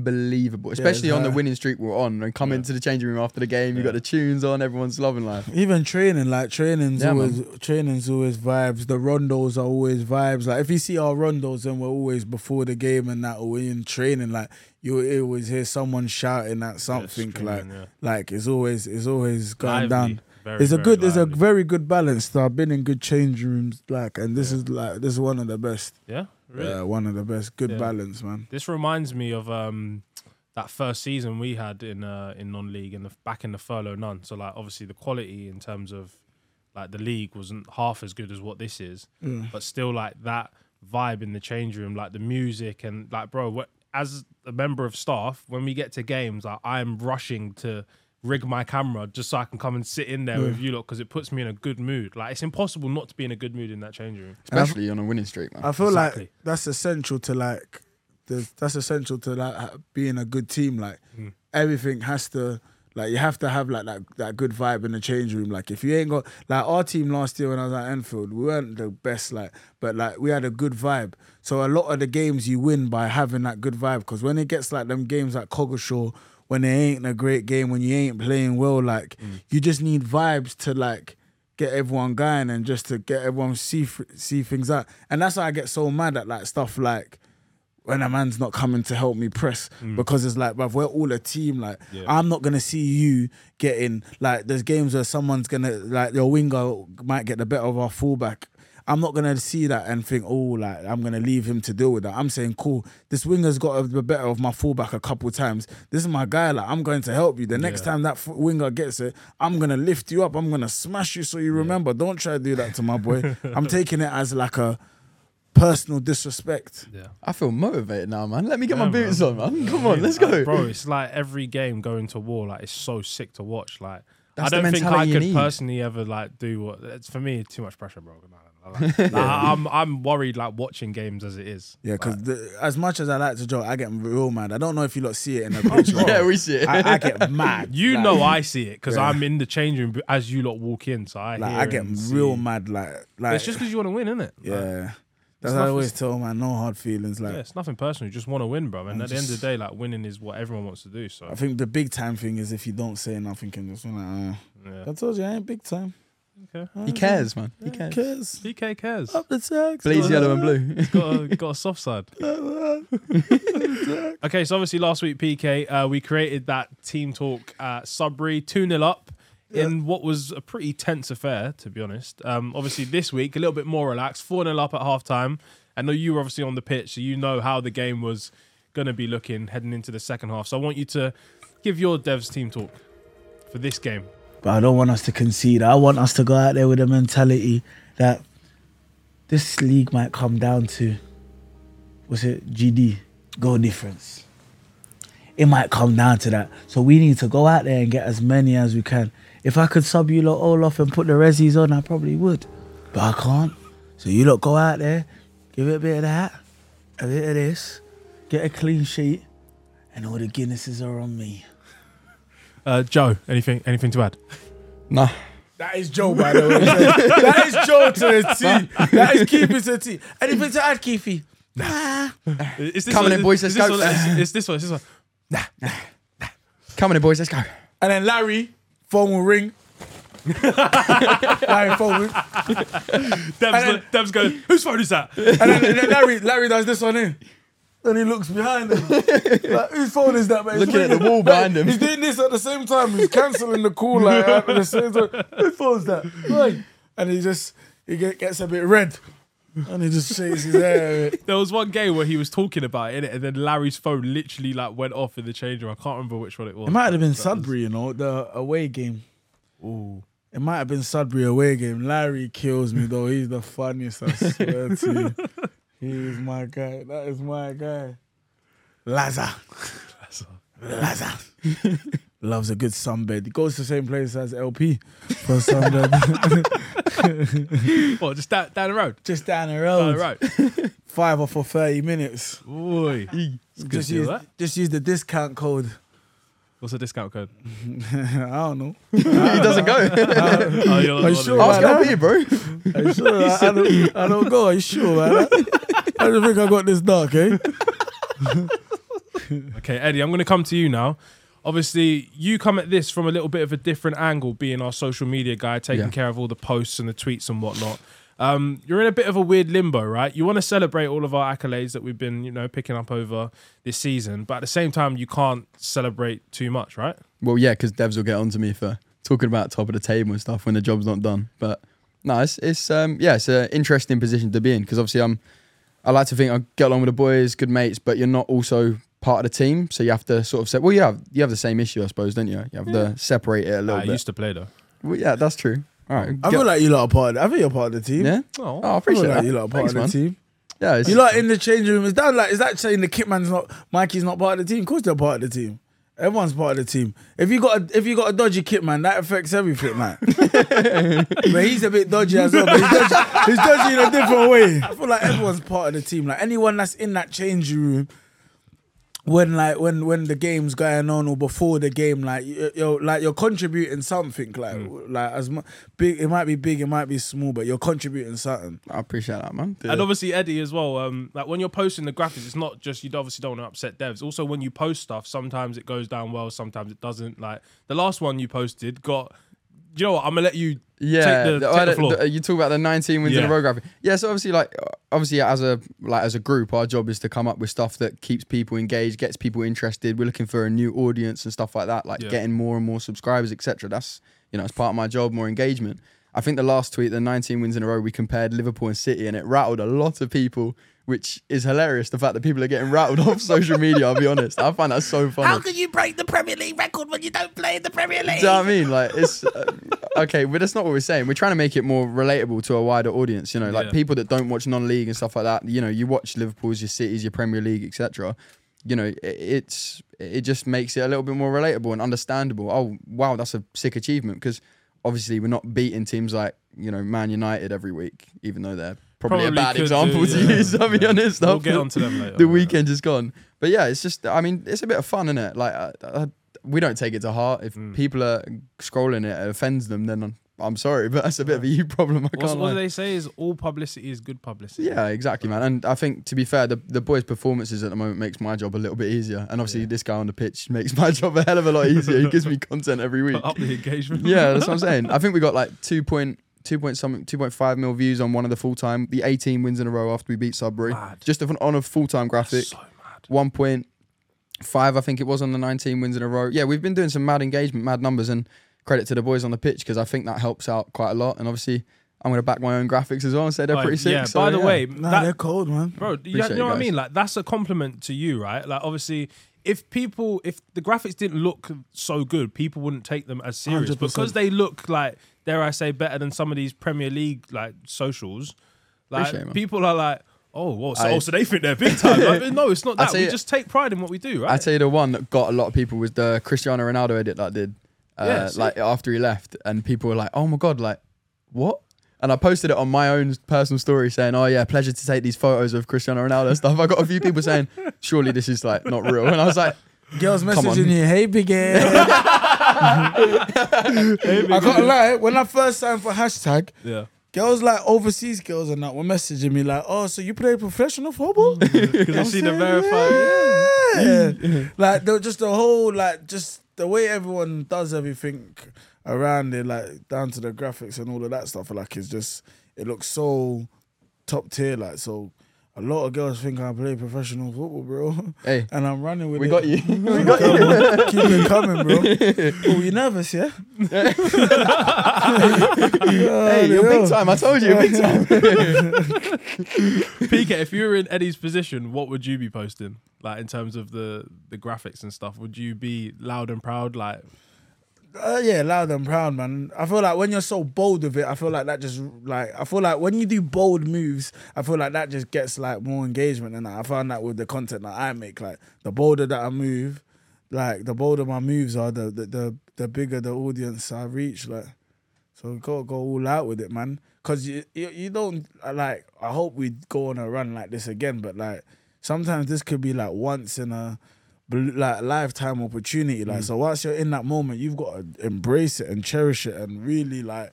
unbelievable, especially on the high. winning streak we're on. And come into the changing room after the game, you got the tunes on, everyone's loving life. Even training, like training's Yeah, always training's always vibes. The rondos are always vibes. Like if you see our rondos, then we're always before the game and that, or in training, like you always hear someone shouting at something. like, screaming, yeah. like it's always it's always going Lively. down. Very, There's a very good, there's a lively. very good balance. though. I've been in good change rooms, like, and this is like this is one of the best. yeah, really. Yeah, one of the best. Good Yeah. balance, man. This reminds me of um that first season we had in uh in non-league in the back in the furlough none. So like obviously the quality in terms of like the league wasn't half as good as what this is, but still like that vibe in the change room, like the music and like bro, what, as a member of staff, when we get to games, like, I'm rushing to rig my camera just so I can come and sit in there with you lot because it puts me in a good mood. Like it's impossible not to be in a good mood in that change room. And I f- Especially on a winning streak, man. I feel Exactly. like that's essential to like the, that's essential to like ha- being a good team. Like everything has to like you have to have like that that good vibe in the change room. Like if you ain't got like our team last year when I was at Enfield, we weren't the best. Like but like we had a good vibe. So a lot of the games you win by having that good vibe. Because when it gets like them games like Coggeshall. When it ain't a great game, when you ain't playing well, like you just need vibes to like get everyone going and just to get everyone see see things out. And that's why I get so mad at like stuff like when a man's not coming to help me press because it's like, bruv, we're all a team. Like, I'm not gonna see you getting like there's games where someone's gonna like your winger might get the better of our fullback. I'm not gonna see that and think, oh, like I'm gonna leave him to deal with that. I'm saying, cool, this winger's got the better of my fullback a couple times. This is my guy. Like, I'm going to help you. The next time that f- winger gets it, I'm gonna lift you up. I'm gonna smash you so you remember. Don't try to do that to my boy. I'm taking it as like a personal disrespect. Yeah. I feel motivated now, man. Let me get Yeah, my boots man. on, man. Come on, let's Like, go. bro. It's like every game going to war. Like it's so sick to watch. Like That's the I don't think I mentality you could need. personally ever like do what. It's for me too much pressure, bro. Nah, nah, nah, nah. Like, I'm I'm worried like watching games as it is. Yeah, because Like, as much as I like to joke, I get real mad. I don't know if you lot see it in the picture. Yeah, we see it. I, I get mad. you Like- know I see it because I'm in the change room as you lot walk in. So I like hear I get and see. real mad. Like, like It's just because you want to win, isn't it? yeah. That's what I nothing- always tell man. No hard feelings. Like yeah, it's nothing personal. You just want to win, bro. And at the end of the day, like winning is what everyone wants to do. I So think the big time thing is if you don't say nothing and just wanna. yeah. Uh, I told you I ain't big time. Uh, He cares, man. He cares. Cares PK cares. up the tax. uh, Blaze yellow and blue. got a, got a soft side. okay, so obviously last week, PK, uh, we created that team talk at Sudbury, 2 0 up in what was a pretty tense affair, to be honest. Um, obviously, this week, a little bit more relaxed, 4 0 up at half time. I know you were obviously on the pitch, so you know how the game was going to be looking heading into the second half. So I want you to give your devs team talk for this game. But I don't want us to concede. I want us to go out there with a mentality that this league might come down to what's it, GD, goal difference. It might come down to that. So we need to go out there and get as many as we can. If I could sub you lot all off and put the resis on, I probably would. But I can't. So you lot go out there, give it a bit of that, a bit of this, get a clean sheet, and all the Guinnesses are on me. Uh, Joe, anything anything to add? nah. That is Joe, by the way. that is Joe to a T. That is keeping to a T. Anything to add, Keefy? Is this Come one- on in, boys, let's is this go. one- is- is this one? Is this one? Come on, in, boys, let's go. And then Larry, phone will ring. Larry phone will Dev's, And Dev's going, whose phone is that? And then, and then Larry, Larry does this one in. And he looks behind him. Like, whose phone is that, man? He's Looking at the ringing- wall behind him. He's doing this at the same time. He's cancelling the call like, at the same time. Whose phone's that? Mine. And he just he get, gets a bit red. And he just shakes his head. There was one game where he was talking about it, innit? and then Larry's phone literally like went off in the change room. I can't remember which one it was. It might have been That was- Sudbury, you know, the away game. It might have been Sudbury away game. Larry kills me though. He's the funniest. I swear to you. He's my guy. That is my guy. Lazar. Lazar. Loves a good sunbed. He goes to the same place as LP for sunbed. Well, just down, down the road. Just down the road. Down the road. Five off for 30 minutes. Oi. Just deal, use, that. just use the discount code. What's the discount code? I don't know. he doesn't go. Oh, you're the Are you one who- sure? Ask Right, LP, bro. Are you sure? I, I don't, I don't go. Are you sure, man? I don't think I got this dark, eh? Okay, Eddie, I'm going to come to you now. Obviously, you come at this from a little bit of a different angle, being our social media guy, taking Yeah. care of all the posts and the tweets and whatnot. Um, you're in a bit of a weird limbo, right? You want to celebrate all of our accolades that we've been, you know, picking up over this season, but at the same time, you can't celebrate too much, right? Well, yeah, because devs will get onto me for talking about top of the table and stuff when the job's not done. But no, it's, it's um, yeah, it's an interesting position to be in because obviously I'm. I like to think I get along with the boys, good mates, but you're not also part of the team, so you have to sort of say, well, you have you have the same issue, I suppose, don't you? You have to separate it a little I bit. used to play though. Well, yeah, that's true. All right, I get- feel like you lot are part of, I think you're part of the team. yeah. Oh. Oh, I I feel appreciate like that. you lot are part Thanks, of the man. team. Yeah, it's, You lot in the changing room. Is that like is that saying the kit man's not Mikey's not part of the team? Of course they're part of the team. Everyone's part of the team. If you got a, if you got a dodgy kit man, that affects everything, man. but he's a bit dodgy as well. But he's dodgy, he's dodgy in a different way. I feel like everyone's part of the team. Like anyone that's in that changing room, when like when when the game's going on or before the game, like you- you're like you're contributing something. Like like as mu- big, it might be big, it might be small, but you're contributing something. I appreciate that, man. And obviously Eddie as well. Um, like when you're posting the graphics, it's not just you obviously don't want to upset devs. Also, when you post stuff, sometimes it goes down well, sometimes it doesn't. Like the last one you posted got. You know what? I'm gonna let you Yeah, take the, the- oh, take the the- floor. the- you talk about the 19 wins in Yeah. a row graphic. Yeah, so obviously, like obviously as a like as a group, our job is to come up with stuff that keeps people engaged, gets people interested. We're looking for a new audience and stuff like that, like Yeah. getting more and more subscribers, etc. That's you know, it's part of my job, more engagement. I think the last tweet, the 19 wins in a row, we compared Liverpool and City, and it rattled a lot of people, which is hilarious. The fact that people are getting rattled off social media, I'll be honest, I find that so funny. you break the Premier League record when you don't play in the Premier League? Do you know what I mean? Like, it's uh, okay, but that's not what we're saying. We're trying to make it more relatable to a wider audience. You know, like Yeah. people that don't watch non-league and stuff like that. You know, you watch Liverpool's, your cities, your Premier League, etc. You know, i- it's it just makes it a little bit more relatable and understandable. Oh wow, that's a sick achievement because obviously we're not beating teams like you know Man United every week, even though they're probably, a Probably bad could do, example to yeah. use. I'll be Yeah. honest. We'll I'll get put- onto them later. the weekend is gone. But yeah, it's just, I mean, it's a bit of fun, is it? Like, I, I, we don't take it to heart. If Mm. people are scrolling it, it offends them, then I'm, I'm sorry, but that's a bit of a you problem. I What's- can't what lie. do they say is all publicity is good publicity. Yeah, exactly, man. And I think to be fair, the, the boys' performances at the moment makes my job a little bit easier. And obviously, this guy on the pitch makes my job a hell of a lot easier. He gives me content every week. Up the engagement. yeah, that's what I'm saying. I think we got like two point two point something, two point five mil views on one of the full time, the 18 wins in a row after we beat Sudbury. Mad. Just of- on a full time graphic So mad. one point five, I think it was on the nineteen wins in a row. Yeah, we've been doing some mad engagement, mad numbers, and credit to the boys on the pitch because I think that helps out quite a lot. And obviously, I'm going to back my own graphics as well and say they're Like, pretty sick. yeah. so, by the yeah. way, Nah, that- they're cold, man. bro you, you Appreciate it, know what i guys. mean like that's a compliment to you right like obviously if people if the graphics didn't look so good people wouldn't take them as serious 100%. because they look like dare i say better than some of these premier league like socials like Appreciate it, man. people are like oh well so, I- oh, so they think they're big time Like, no it's not I that tell we you- just take pride in what we do I right tell you, the one that got a lot of people was the Cristiano Ronaldo edit that I did, uh, Yeah, see? like after he left, and people were like, "Oh my god, like what?" And I posted it on my own personal story saying, "Oh yeah, pleasure to take these photos of Cristiano Ronaldo and stuff." I got a few people saying, "Surely this is like not real," and I was like. Girls on. messaging you, hey big head. I can't lie, when I first signed for hashtag, yeah girls like overseas girls and that were messaging me like, oh, so you play professional football? because i've seen the verified Yeah. like they were just the whole like just the way everyone does everything around it, like down to the graphics and all of that stuff, like it's just it looks so top tier, like so a lot of girls think I play professional football, bro. Hey. And I'm running with We it. got you. We got you. Keep it coming, bro. Oh, you nervous, yeah? hey, you're big time. I told you, you're big time. pk if you were in eddie's position what would you be posting like in terms of the the graphics and stuff would you be loud and proud like Uh, yeah, loud and proud, man. I feel like when you're so bold with it, I feel like that just like I feel like when you do bold moves, I feel like that just gets like more engagement. And that. I found that with the content that I make, like the bolder that I move, like the bolder my moves are, the the the, the bigger the audience I reach. Like, so go go all out with it, man. Cause you you, you don't uh, like. I hope we go on a run like this again, but like sometimes this could be like once in a bl- like lifetime opportunity. Mm. Like so, whilst you're in that moment, you've got to embrace it and cherish it and really like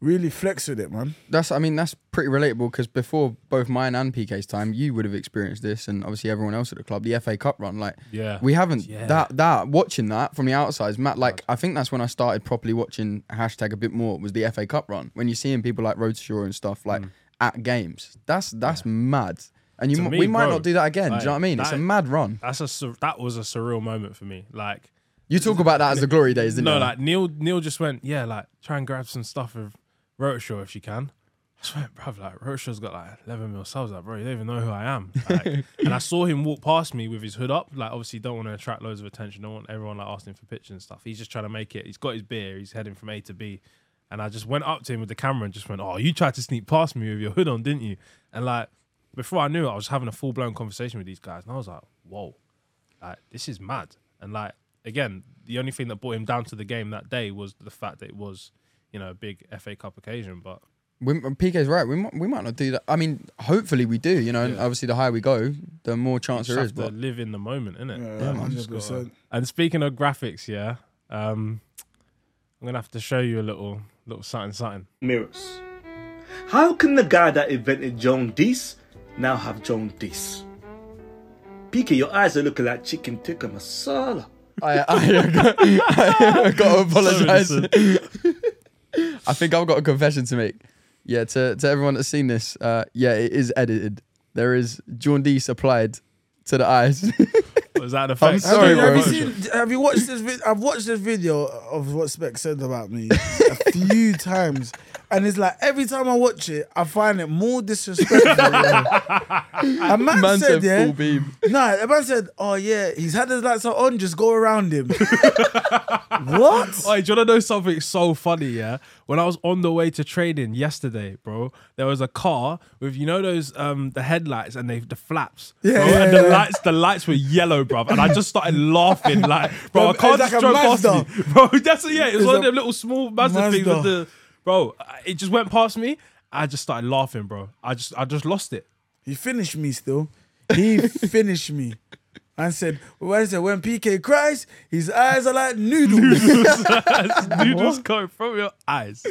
really flex with it, man. That's I mean that's pretty relatable because before both mine and PK's time, you would have experienced this, and obviously everyone else at the club, the FA Cup run. Like, Yeah. we haven't Yeah. that that watching that from the outside, Matt. Like, I think that's when I started properly watching hashtag a bit more was the FA Cup run when you're seeing people like Roadshaw and stuff like at games. That's that's mad, and you Mm. To m- me, we might bro, not do that again. do like, you know what I mean? It's a that- mad run. That's a sur- that was a surreal moment for me. Like You talk about that as the glory days, didn't no, you? like Neil Neil just went yeah, like try and grab some stuff with Rotoshaw if you can. I just went, bruv, like Rotoshaw's got like 11 mil subs, like bro, you don't even know who I am. Like, and I saw him walk past me with his hood up. Like obviously, don't want to attract loads of attention. Don't want everyone like asking for pictures and stuff. He's just trying to make it. He's got his beer. He's heading from A to B. And I just went up to him with the camera and just went, "Oh, you tried to sneak past me with your hood on, didn't you?" And like before I knew it, I was having a full blown conversation with these guys, and I was like, "Whoa, like this is mad." And like again, the only thing that brought him down to the game that day was the fact that it was, you know, a big FA Cup occasion. But we, PK's right. We might, we might not do that. I mean, hopefully we do. You know, and Yeah. obviously the higher we go, the more chance just there is. have to But live in the moment, innit? Yeah, man, hundred just percent. And speaking of graphics, yeah, um, I'm gonna have to show you a little, little something, something. mirrors. How can the guy that invented John Dees now have John Dees? PK, your eyes are looking like chicken tikka masala. I, I, got, I got to apologise. I think I've got a confession to make. Yeah, to, to everyone that's seen this, uh, yeah, it is edited. There is jaundice applied to the eyes. Was that the fact? sorry, have, you bro. seen, have you watched this? Vid- I've watched this video of what Spec said about me a few times, and it's like every time I watch it, I find it more disrespectful. a man, Man said, said "Yeah, full beam. Nah, the man said, "Oh yeah, he's had his lights on. Just go around him." what? Oi, do you want to know something so funny? Yeah, when I was on the way to training yesterday, bro, there was a car with you know those um the headlights and they the flaps. Yeah, bro, yeah, and the yeah. lights, the lights were yellow, bro, and I just started laughing like, bro, I It's can't like just a drove past Mazda. me, bro. That's yeah, it was It's one of a them little small Mazda things with Mazda. the, bro. I- It just went past me. I just started laughing, bro. I just I just lost it. He finished me still. He finished me. And said, when, said, when PK cries, his eyes are like noodles. Noodles coming from your eyes.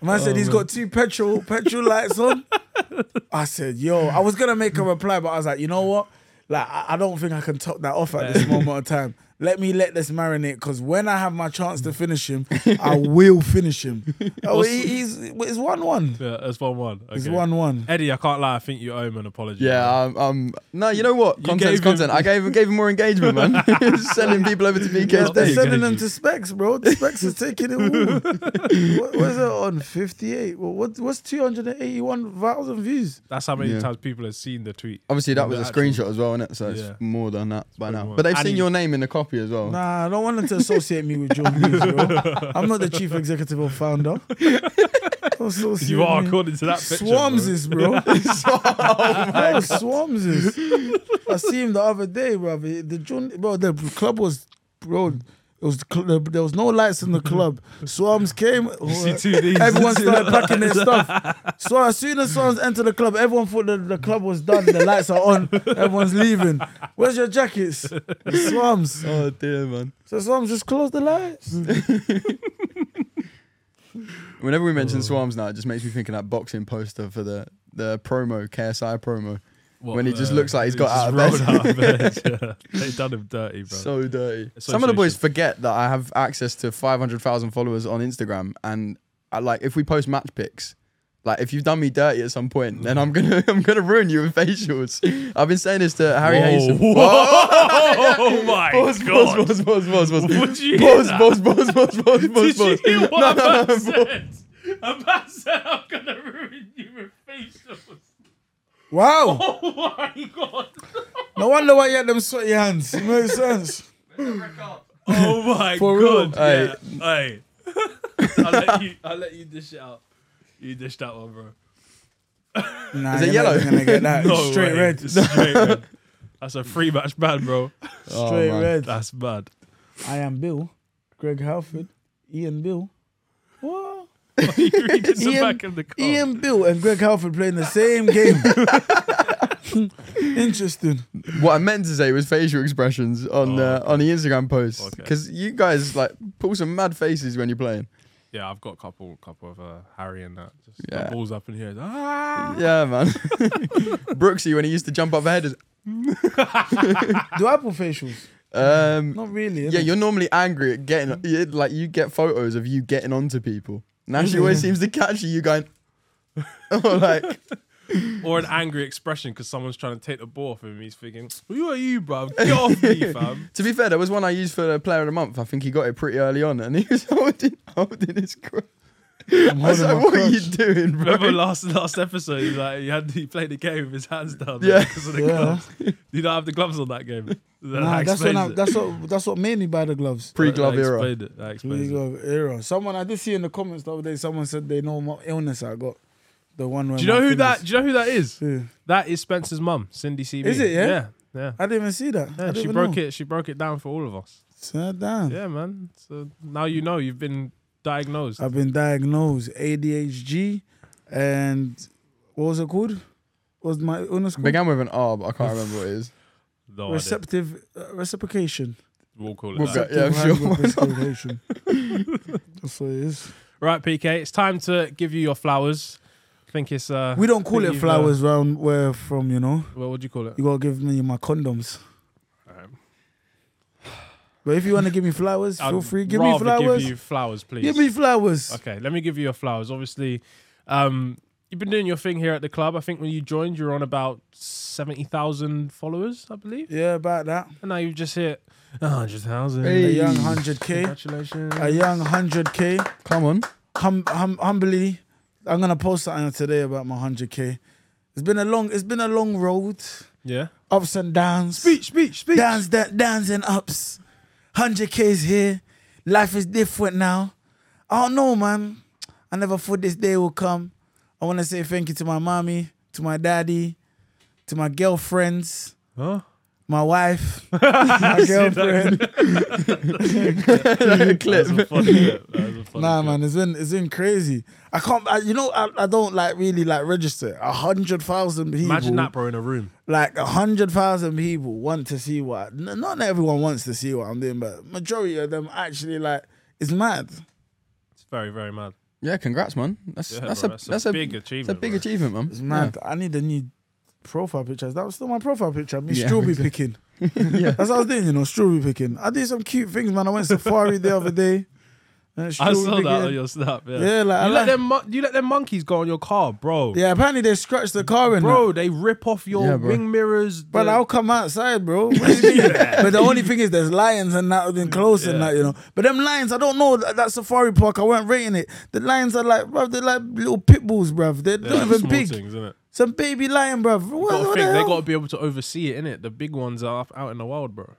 Man said, Oh, he's got two petrol petrol lights on. I said, yo, I was going to make a reply, but I was like, you know what? Like, I, I don't think I can top that off at this moment of time. Let me let this marinate because when I have my chance to finish him, I will finish him. Oh, he, he's, it's 1 1. Yeah, that's one one. It's Okay. 1 1. Eddie, I can't lie. I think you owe him an apology. bro. Yeah, um, um, no, you know what? gave Content's him- content. I gave, gave him more engagement, man. Sending people over to PK's They're you gonna day. sending them do? to Specs, bro. The Specs is taking it. All. what, what is it on? 58. Well, what, what's 281,000 views? That's how many Yeah. times people have seen the tweet. Obviously, that And was the a actual- screenshot as well, innit? So it's Yeah. more than that by pretty now. much. But they've And seen he- your name in the copy as well. Nah, I don't want them to associate me with John Dees, bro. I'm not the chief executive or founder. Don't associate You are me. according to that picture. Swarms bro. this, bro. Bro, Swarms this. I see him the other day, bro. The the John, bro, the club was, bro. It was the cl- there was no lights in the club. Swarms came. see two of these. Everyone You see started packing their stuff. So as soon as Swarms entered the club, everyone thought that the club was done. The lights are on. Everyone's leaving. Where's your jackets? Swarms. Oh dear, man. So Swarms just closed the lights. Whenever we Oh. mention Swarms now, it just makes me think of that boxing poster for the the promo KSI promo. What, when he just uh, looks like he's got out of just bed. rolled out of bed, yeah. They done him dirty, bro. So dirty. Some of the boys Association. forget that I have access to 500,000 followers on Instagram, and I, like if we post match pics, like if you've done me dirty at some point, then I'm gonna I'm gonna ruin you in facials. I've been saying this to Harry Whoa. Hayes. Whoa. Oh my Pause, god! pause, pause, pause, pause, pause. Would you hear Pause, that? pause, pause, pause, pause, pause, Did you pause. hear what No, a no, man no, said? A man said, "I'm gonna ruin you with facials." Wow. Oh my god! No wonder why you had them sweaty hands. It makes sense. Oh my For real. god! Yeah. Hey, I'll let you. I'll let you dish it out. You dish that one, bro. Nah, Is it you're not yellow? even gonna get that. It's straight way. red. It's Straight red. That's a free match ban, bro. straight Oh, man. red. That's bad. I am Bill, Greg Halford, Ian Bill. What? you reading the Ian- back of the card. Oh. Ian Bill and Greg Halford playing the same game. Interesting. What I meant to say was facial expressions on Oh, uh, on the Instagram post Okay. because you guys like pull some mad faces when you're playing. Yeah, I've got a couple, couple of uh, Harry and that. Just Yeah. my balls up in here. Ah! Yeah, man. Brooksy when he used to jump up ahead. is- Do I pull facials? Um, Not really. Mm-hmm. yeah, innit? you're normally angry at getting you- like you get photos of you getting onto people. Now she always seems to catch you. You going, oh, like Or an angry expression because someone's trying to take the ball off him. He's thinking, "Who are you, bro? Get off me, fam." To be fair, there was one I used for the player of the month. I think he got it pretty early on, and he was holding, holding his crotch. I was like, "What are you doing, bro?" Remember last last episode, he, like, he had he played the game with his hands down Yeah. because of the Yeah. gloves. You don't have the gloves on that game. That Nah, that's explains when I, it. that's what that's what made me buy the gloves. That- that Pre-glove era. explained it. That explains Really it. good era. Someone I did see in the comments the other day. Someone said they know what illness I got. The one. Where Do you know Oh my who that? fingers- Do you know who that is? Yeah. That is Spencer's mum, Cindy CB. Is it, yeah? Yeah. Yeah. I didn't even see that. Yeah, she broke it. She broke it down for all of us. Sit down. Yeah, man. So now you know you've been diagnosed. I've been diagnosed ADHD, and what was it called? What was my illness called? Oh, Began with an R, but I can't remember what it is. no, idea. Receptive uh, reciprocation. We'll call it We'll that. go- Yeah, I'm sure. Receptive reciprocation. That's what it is. Right, PK. It's time to give you your flowers. I think it's uh. We don't I call think it you've, flowers round where from, you know. Uh, what would you call it? You gotta give me my condoms. Alright. But if you wanna give me flowers, I'd feel free. Give me rather flowers. Give you flowers, please. Give me flowers. Okay, let me give you your flowers. Obviously, um, you've been doing your thing here at the club. I think when you joined, you were on about 70,000 followers, I believe. Yeah, about that. And now you've just hit 100,000. A Hey. young 100k. Congratulations. A young 100k. Come on. Hum, hum, humbly, I'm gonna post something today about my 100k. It's been a long, it's been a long road. Yeah. Ups and downs. speech, speech. Downs, da- downs and ups. 100k's here. Life is different now. I don't know, man. I never thought this day will come. I want to say thank you to my mommy, to my daddy, to my girlfriends, Huh? my wife, my girlfriend. That was a funny clip. That was a funny Nah, clip. man, it's been it's been crazy. I can't, I, you know, I, I don't like really like register. A hundred thousand people, Imagine that, bro, in a room. like a hundred thousand people want to see what. n- Not everyone wants to see what I'm doing, but majority of them actually like. It's mad. It's very, very mad. Yeah, congrats, man. That's Yeah, that's, bro, a, that's, a big That's a achievement. big bro. achievement, man. It's mad. I need a new profile picture. That was still my profile picture. Me Yeah, strawberry exactly. picking. That's what I was doing, you know, strawberry picking. I did some cute things, man. I went safari the other day. and I strawberry saw that picking. on your snap. Yeah, Yeah, like, I you let like- them, mon- you let them monkeys go on your car, bro. Yeah, apparently they scratched the car in bro, they rip off your Yeah, bro. wing mirrors. But the- I'll come outside, bro. What do you mean? but the only thing is, there's lions and that in close and that, you know. But them lions, I don't know that, that safari park. I weren't rating it. The lions are like, bruv, they're like little pit bulls, bruv. They're, They're not like even small big. things, isn't it? Some baby lion, bruv. What, what Gotta think, the they hell? got to be able to oversee it, innit? The big ones are up, out in the wild, bro.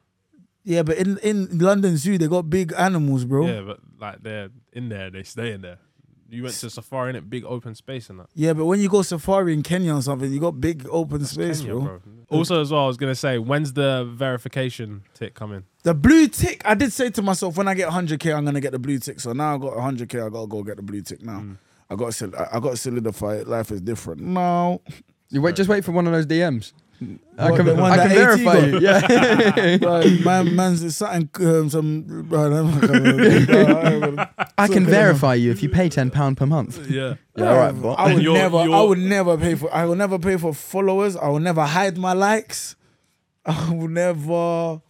yeah, but in in London Zoo, they got big animals, bro. Yeah, but like they're in there, they stay in there. You went to safari in it, big open space and that. Yeah, but when you go safari in Kenya or something, you got big open space, Kenya, bro. bro. Also, as well, I was gonna say, when's the verification tick coming? The blue tick, I did say to myself, when I get 100k, I'm gonna get the blue tick. So now I got 100k, I gotta go get the blue tick now. Mm. I got to, I got to solidify it. Life is different. No, You wait, just wait for one of those DMs. I What, can, the one I that can AT verify got? you. Yeah, Right, man, man's it's something, um, some. I don't know. I can okay. verify you if you pay ten pound per month. Yeah, Yeah, all right, but I would You're- never, I you're- would never pay for. I will never pay for followers. I will never hide my likes. I will never.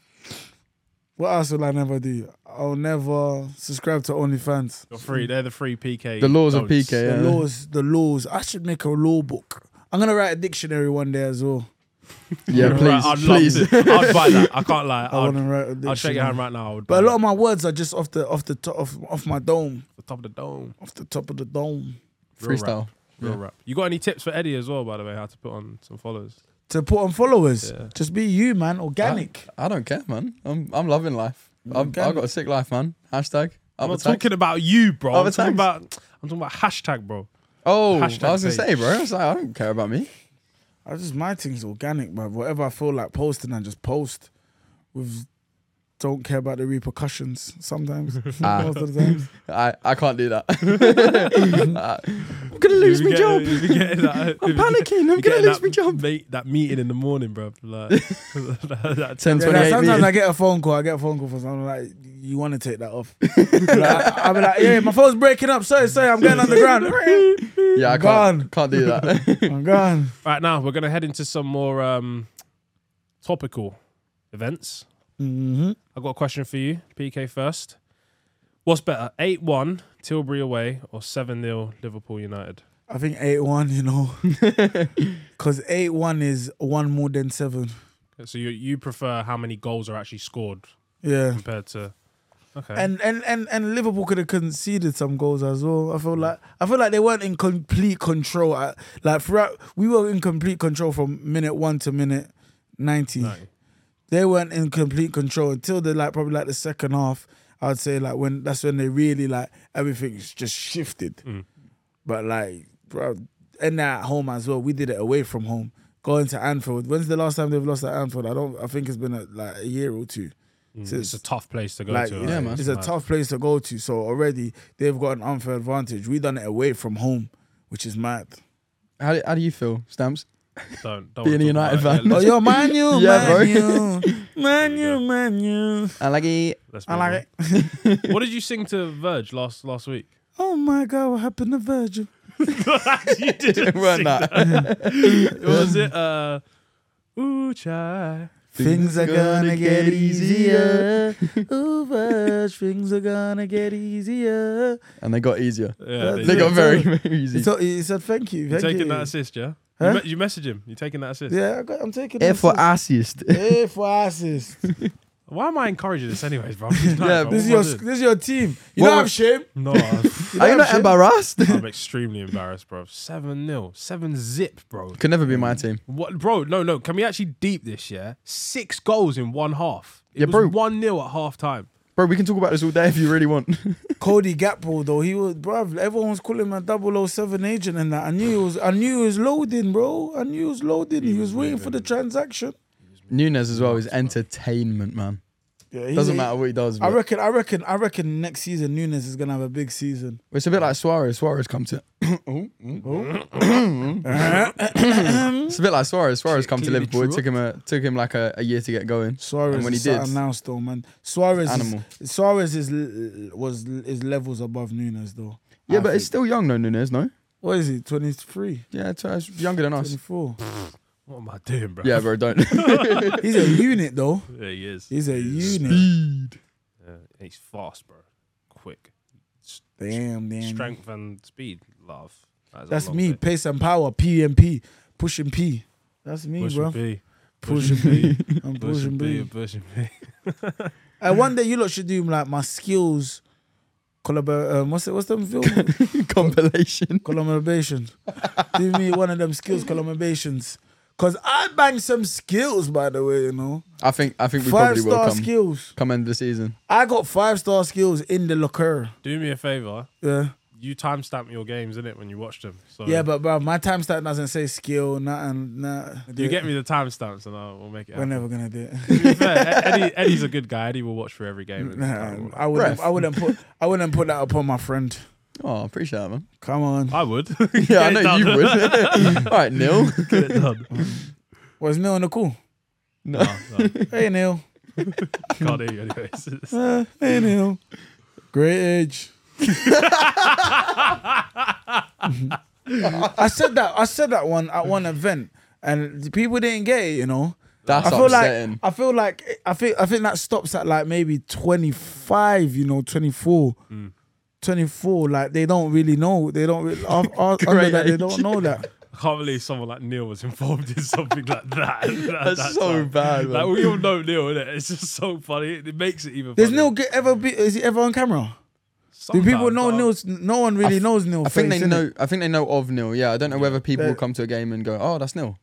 What else will I never do? I'll never subscribe to OnlyFans. you're free. They're the free PK. the laws of don'ts. PK. The Yeah. laws, the laws. I should make a law book. I'm gonna write a dictionary one day as well. yeah, Right, I'd please, please. love to. I'd buy that. I can't lie. I want to I'd, write a dictionary. I'd shake your hand right now. I would But a buy lot that. of my words are just off the off the top off, off my dome, the top of the dome. off the top of the dome. Real rap. Freestyle. Real rap. You got any tips for Eddie as well, by the way, how to put on some followers? To put on followers, Yeah. just be you, man. Organic. I don't care, man. I'm I'm loving life. I've, I've got a sick life, man. Hashtag. I'm Up not attack. talking about you, bro. I'm Other talking tags. about I'm talking about hashtag, bro. oh, hashtag I was gonna page. say, bro. I was like, I don't care about me. I just my thing's organic, man. Whatever I feel like posting, I just post. With don't care about the repercussions sometimes. Most of the times. I, I can't do that. I'm gonna lose You my get- job. you get that- I'm you get- panicking. I'm you gonna get lose that my job. Mate, that meeting in the morning, bro. Like, that- Ten Yeah, like, twenty-eight. sometimes meeting. I get a phone call. I get a phone call from someone like, "You want to take that off?" like, I'll be like, "Yeah, my phone's breaking up. Sorry, sorry, I'm going underground. yeah, I Gone. can't, can't do that. I'm gone." right now, we're gonna head into some more um, topical events. Mm-hmm. I've got a question for you, PK first. What's better, 8 1 Tilbury away or 7 0 Liverpool United? I think eight one. You know, because eight one is one more than seven. So you you prefer how many goals are actually scored Yeah. compared to. Okay. And and, and, and Liverpool could have conceded some goals as well. I feel Mm. like I feel like they weren't in complete control. I, like throughout, we were in complete control from minute one to minute ninety. Ninety. They weren't in complete control until the like probably like the second half. I'd say like when that's when they really like everything's just shifted. Mm. But like, bro, and they're at home as well. We did it away from home. Going to Anfield. When's the last time they've lost at Anfield? I don't. I think it's been a, like a year or two. Mm, it's a tough place to go Like, to. it's, Yeah, man. it's a Mad. tough place to go to. So already they've got an unfair advantage. We done it away from home, which is mad. how, do, how do you feel, Stamps? Don't, don't Being wanna a talk United about it. fan. Yeah, Oh, let's- yo, man, you, Yeah, bro. man, you, man, There you, we man, you. I like it. let's I move like it. on. What did you sing to Verge last last week? Oh my God, what happened to Virgil? you didn't Weren't sing that. It was it uh Ooh chai. Things are gonna get easier. Ooh, Virg, things are gonna get easier. And they got easier. Yeah, That's they They did. got very, very He, easy. told, he said, "Thank you, you thank taking you." that assist, yeah? Huh? You, me- you message him, you taking that assist. yeah, I got, I'm taking Air that for assist. assist. A for assist. Why am I encouraging this anyways, bro? It's not, Yeah, bro. This is your What am I doing? this is your team. You What don't we- have shame. No, I'm- Are you not shit. embarrassed? I'm extremely embarrassed, bro. 7 0. 7 zip, bro. Could never be my team. What bro, no, no. Can we actually deep this, yeah? Six goals in one half. It Yeah, was bro. one 0 at half time. Bro, we can talk about this all day if you really want. Cody Gakpo though, he was bruv, everyone was calling him a 007 agent and that. I knew he was I knew he was loading, bro. I knew he was loading. He, was waiting for the transaction. Nunes as well is entertainment, man. Yeah, he- Doesn't matter what he does. I But reckon I reckon I reckon next season Nunes is gonna have a big season. it's a bit like Suarez. Suarez come to. It's a bit like Suarez. Suarez come to Clearly Liverpool. It true. took him a took him like a, a year to get going. Suarez and when he is did, announced though, man. Suarez Animal. Is, Suarez is l- was is levels above Nunes though. yeah, I but it's think. still young, no Nunes, no. what is he? 23, Yeah, so it's younger than us. 24. What am I doing, bro? Yeah, bro, don't. He's a unit though. Yeah, he is. He's a unit. Speed. Yeah, he's fast, bro. Quick. Damn, damn. Strength and speed, love. That is a That's long me. day. Pace and power. PMP. Pushing P. That's me, Push bro. and B. Pushing B. I'm pushing B. pushing B. And one day you lot should do like my skills. Collabor- um, what's it? What's them film? Compilation. collaboration. do me one of them skills collaborations. Cause I bang some skills, by the way. You know, I think I think we five probably will star come skills. come end of the season. I got five star skills in the locker. Do me a favor. Yeah, You timestamp your games, innit, when you watch them. So yeah, but bro, my time stamp doesn't say skill. Nothing. Nah, you get me the timestamps, and I'll, we'll make it. We're Happen. never gonna do it. To be fair, Ed- Eddie, Eddie's a good guy. Eddie will watch for every game. Nah, I wouldn't. Ref. I wouldn't put. I wouldn't put that upon my friend. Oh, appreciate that, man. Come on. I would. Yeah, I know you would. All right, Neil. Get it done. Was Neil on the call? No. No, no, Hey Neil. can't hear you anyways. It's- Uh, hey Neil. Great age. I said that. I said that one at one event, and the people didn't get it. You know. That's I feel upsetting. like I feel like I think I think that stops at like maybe twenty five. You know, twenty four. 24 like they don't really know they don't really, uh, uh, under Great that, they age. don't know that I can't believe someone like Neil was involved in something like that. That's so bad, man. Like we all know Neil, innit? It's just so funny. It makes it even. there's funnier. Neil ge- ever be is he ever on camera do people Sometimes, know uh, Neil's no one really knows Neil I think face, they innit? know. I think they know of Neil. Yeah, I don't know whether people They- will come to a game and go, "Oh, that's Neil."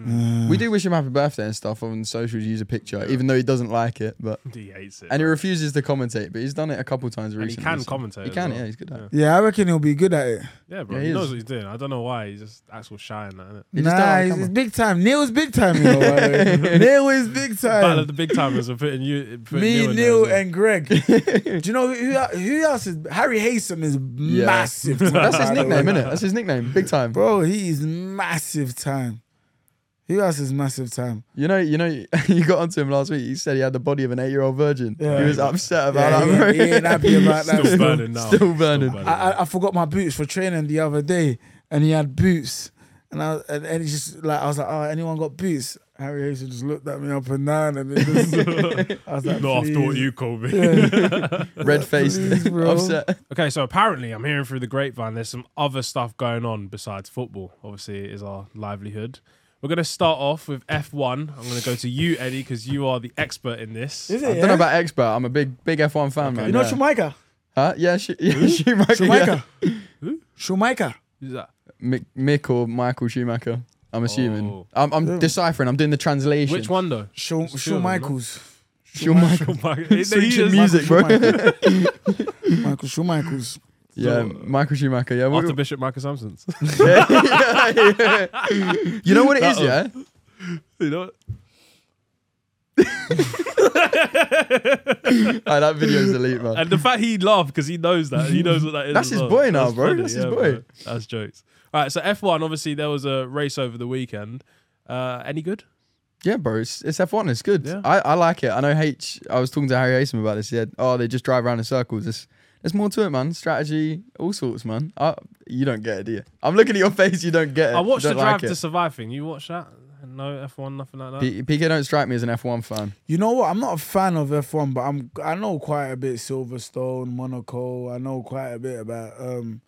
Mm. We do wish him happy birthday and stuff on socials. Use a picture, even though he doesn't like it, but He hates it. and he refuses to commentate. But he's done it a couple times And he recently. can so- commentate He as can, well. yeah, he's good at Yeah. it. Yeah, I reckon he'll be good at it. yeah, bro. Yeah, he, he knows is. what he's doing. I don't know why. He's just actual shy in that. Innit? He nah, just don't like he's, camera. he's big time. Neil's big time, you know. by the way. Neil is big Battle of time. the big timers are putting you. Putting Me, you in there Neil, as well. and Greg. Do you know who who else is? Harry Haysom is massive. to me, That's his by the way. nickname, innit? That's his nickname, big time. bro. He is massive time. Who else is massive time? You know, you know, you got onto him last week. He said he had the body of an eight-year-old virgin. Yeah. He was upset Yeah, about that. bro. he, he ain't happy about that. still burning now. still burning. I, I, I forgot my boots for training the other day, and he had boots, and I and, and he just like I was like, oh, anyone got boots? Harry Haysom just looked at me up and down, and then just, I was like, Not after what "Please." you called me. Red-faced, Please, bro. upset. Okay, so apparently I'm hearing through the grapevine there's some other stuff going on besides football. Obviously, it is our livelihood. We're going to start off with F1. I'm going to go to you, Eddie, because you are the expert in this. Um, Is it? I yeah? don't know about expert. I'm a big, big F1 fan, man. you know yeah. Schumacher. Huh? Yeah, Sh- yeah, Schumacher. yeah. Schumacher. Schumacher. Who's that? Mick, Mick or Michael Schumacher. I'm assuming. Oh. I'm, I'm deciphering. I'm doing the translation. Which one, though? Oh Schu- It's two of them, Schumachers. Schumacher. Switching music, bro. Schumacher. Michael Schumachers. Yeah, Michael Schumacher. Yeah. After What- Bishop Michael Sampson's. you know what it is, yeah. you know what? Ah, that video's elite, man. And the fact he laughed because he knows that. He knows what that is. That's as his well. boy now, bro. That's his boy. bro. That's jokes. All right, so F1, obviously, there was a race over the weekend. Uh, any good? Yeah, bro. It's, it's F1. It's good. Yeah. I, I like it. I know H. I was talking to Harry Asim about this. He said, "Oh, they just drive around in circles. There's, there's more to it, man. Strategy, all sorts, man. I, you don't get it, do you? I'm looking at your face. You don't get it. I watched You the don't Drive like to it. Survive thing. You watch that? No F1, nothing like that. P- PK don't strike me as an F1 fan. You know what? I'm not a fan of F1, but I'm I know quite a bit Silverstone, Monaco. I know quite a bit about um,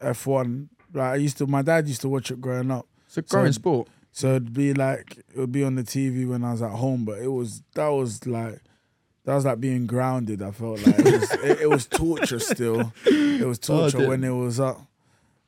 F1. Like I used to, my dad used to watch it growing up. It's a growing sport. So it'd be like it would be on the TV when I was at home, but it was that was like that was like being grounded. I felt like it was, it, it was torture. Still, it was torture dear. when it was up.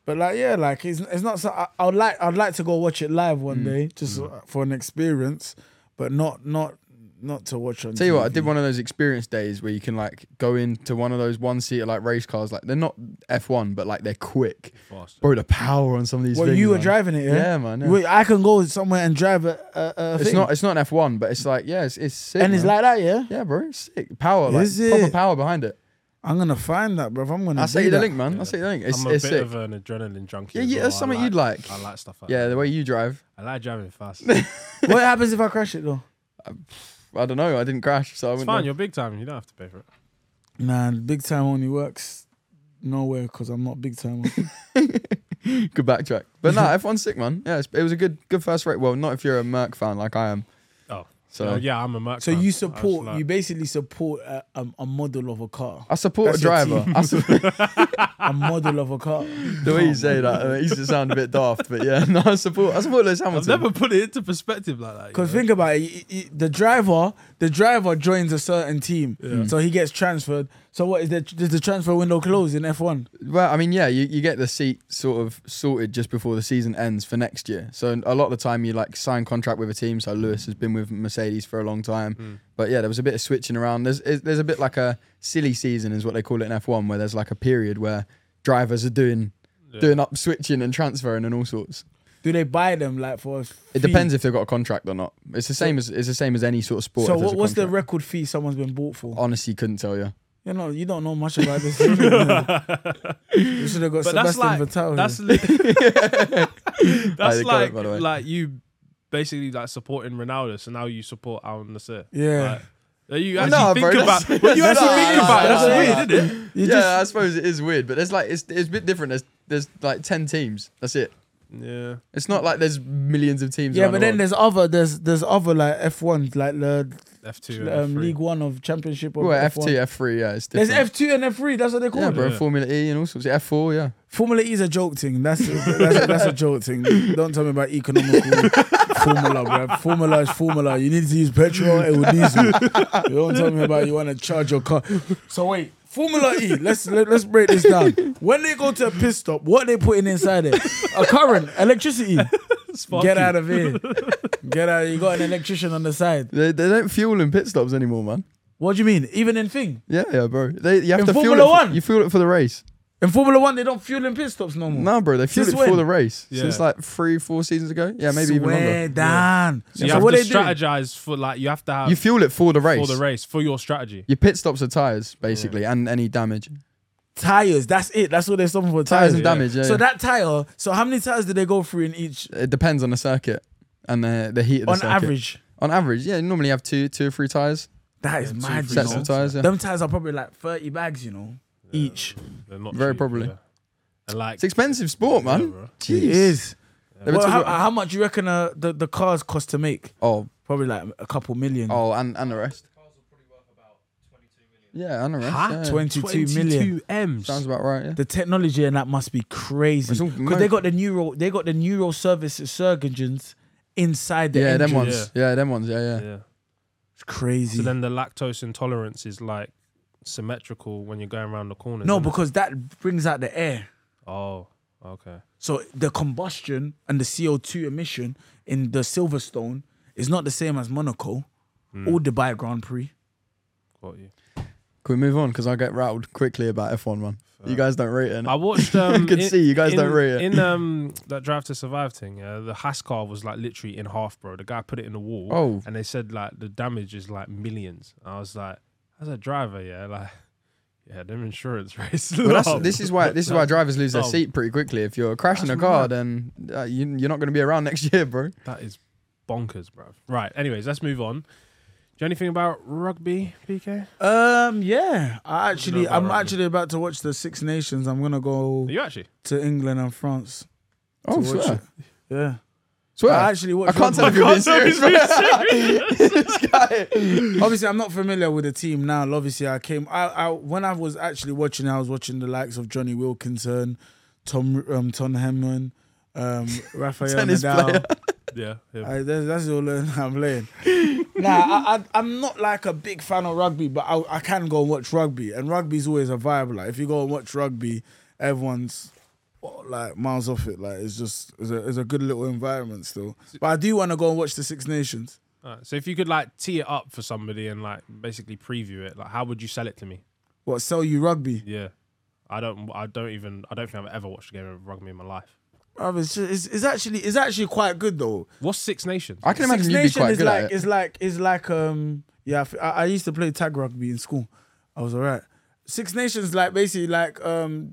But like yeah, like it's it's not so. I, I'd like I'd like to go watch it live Mm. one day just uh, for an experience, but not not not to watch on. Tell you what, I TV. did one of those experience days where you can like go into one of those one seater like race cars. Like they're not F1, but like they're quick. Fast. Bro, the power on some of these. Well, things, you were man. driving it, yeah? Yeah, man. yeah. Wait, I can go somewhere and drive a. a, a It's thing. not. It's not an F1, but it's like yeah, it's, it's sick. and it's man. like that, yeah. yeah, bro, it's sick. Power, like Is proper it? power behind it. I'm gonna find that, bro. I'm gonna. I do say you the that. link, man. I say you the link. It's, I'm a it's bit sick. of an adrenaline junkie. yeah, as yeah, well. that's I something like- you'd like. I like stuff like yeah, that. the way you drive. I like driving fast. What happens if I crash it though? I don't know. I didn't crash, so I It's wouldn't. fine, know. you're big time. You don't have to pay for it. Nah, big time only works nowhere because I'm not big time. Good backtrack. But no, F1's sick, man. Yeah, it's, it was a good, good first rate. Well, not if you're a Merc fan like I am. Oh, So- Oh, yeah, I'm a Merc. so fan. I you was support, like- you basically support a, a, a model of a car, I support That's a your driver. team. I support a model of a car. the way you say that. uh, It used to sound a bit daft, but yeah, no, I support. I support Lewis I've Hamilton. never put it into perspective like that. you Because know? think about it, y- y- the driver, the driver joins a certain team, Mm. so he gets transferred. So what is the does the transfer window close in F1? Well, I mean, yeah, you, you get the seat sort of sorted just before the season ends for next year. So a lot of the time you like sign contract with a team. So Lewis has been with Mercedes for a long time, Hmm. but yeah, there was a bit of switching around. There's is- there's a bit like a silly season is what they call it in F1, where there's like a period where drivers are doing doing up switching and transferring and all sorts. Do they buy them like for? A It depends if they've got a contract or not. It's the same as it's the same as any sort of sport. So if there's what, a what's the contract. Oh. record fee someone's been bought for? honestly couldn't tell you. You know, you don't know much about this. you should have got but that's Sebastian like Vettel. here. that's li- that's they got it, like by the way. like you basically like supporting Ronaldo, so now you support Al Nasser. Yeah. Like, that you Well, actually no, think bro, about. that's- Well, you that's actually not- think that's about. not- it. That's that's weird, isn't it? You yeah, just- I suppose it is weird, but there's like it's it's a bit different. There's there's like ten teams. That's it. Yeah. It's not like there's millions of teams. Yeah, around but the then world. there's other there's there's other like F one like the F two, um, League One of Championship. Of well, F F1. two, F three, yeah, it's There's different. F two and F three. That's what they call yeah, it. bro, Yeah. Formula E and all sorts. F four, yeah. Formula E is a joke thing. That's that's, that's a joke thing. Don't tell me about economical formula, bro. Formula is formula. You need to use petrol or diesel. You don't tell me about you want to charge your car. So wait, Formula E. Let's let, let's break this down. When they go to a pit stop, what are they putting inside it? A current, electricity. Fuck Get you. out of here. Get out. You got an electrician on the side. They, they don't fuel in pit stops anymore, man. What do you mean? Even in thing Yeah, yeah, bro. They you have In to fuel it. Formula for- One? you fuel it for the race. in Formula One, they don't fuel in pit stops no more. No, bro. They fueled Since it for when? the race Yeah. since like three, four seasons ago. Yeah, maybe even Swear longer. down. So you So have what to they do? strategize for like you have to have You fuel it for the race. for the race for your strategy. Your pit stops are tires, basically, and any damage. Tires. That's it. That's what they're stopping for. Tires Tires. and Yeah. damage. Yeah. So yeah. that tire. So how many tires do they go through in each it depends on the circuit and the the heat of the on circuit. average? On average, yeah. You normally have two, two or three tires, That is mad. You sets know? of tires. Yeah. Them tires are probably like thirty bags. You know, each. They're not Very cheap, probably. yeah. And like It's expensive sport, man. bro. Jeez. It is. They were Well, how, talking- how much you reckon uh, the the cars cost to make? oh, Probably like a couple million. oh, and and the rest. Yeah, and the rest. Huh? yeah, yeah. 22, million. M's. Sounds about right. Yeah. The technology in that must be crazy It's all because they mo- got the neural they got the neural services surgeons inside the yeah, engine. them ones. Yeah. them ones. Yeah, yeah. yeah. It's crazy. So then the lactose intolerance is like symmetrical when you're going around the corner. no, isn't it? because that brings out the air. oh, okay. So the combustion and the CO2 emission in the Silverstone is not the same as Monaco Hmm. or Dubai Grand Prix. Got you. Can we move on? Because I get rattled quickly about F1, man. You guys don't rate it. I watched. Um, can see you guys in, don't rate it. in um that Drive to Survive thing. Yeah, the Haas car was like literally in half, bro. The guy put it in the wall. Oh. and they said like the damage is like millions. I was like, as a driver, yeah, like yeah, them insurance rates. But that's, low. this is why this is why drivers lose their dumb. seat pretty quickly. If you're crashing a car, then uh, you, you're not going to be around next year, bro. that is bonkers, bro. Right. Anyways, let's move on. Do you know anything about rugby, PK? Um, yeah, I do you actually, know about I'm rugby? actually about to watch the Six Nations. I'm gonna go Are you actually? to England and France. Oh, to watch swear, it. Yeah, swear. I actually watch. I can't rugby. tell if you're being serious. bro. obviously I'm not familiar with the team now. Obviously I came I, I when I was actually watching I was watching the likes of Johnny Wilkinson, Tom um Tom Hemman, um Rafael Tennis Nadal. player. Yeah. yeah. I, that's, that's all I'm playing. nah, I, I, I'm not like a big fan of rugby, but I, I can go and watch rugby, and rugby's always a vibe. Like if you go and watch rugby, everyone's well, like miles off it. Like it's just it's a, it's a good little environment still. But I do want to go and watch the Six Nations. Alright, so if you could like tee it up for somebody and like basically preview it, like how would you sell it to me? What sell you rugby? Yeah. I don't I don't even I don't think I've ever watched a game of rugby in my life. Bruv, it's, just, it's, it's actually it's actually quite good though. What's Six Nations? I can Six imagine you'd be Nation quite is good like at it. is like is like um yeah. I f- I, I used to play tag rugby in school. I was alright. Six Nations like basically like um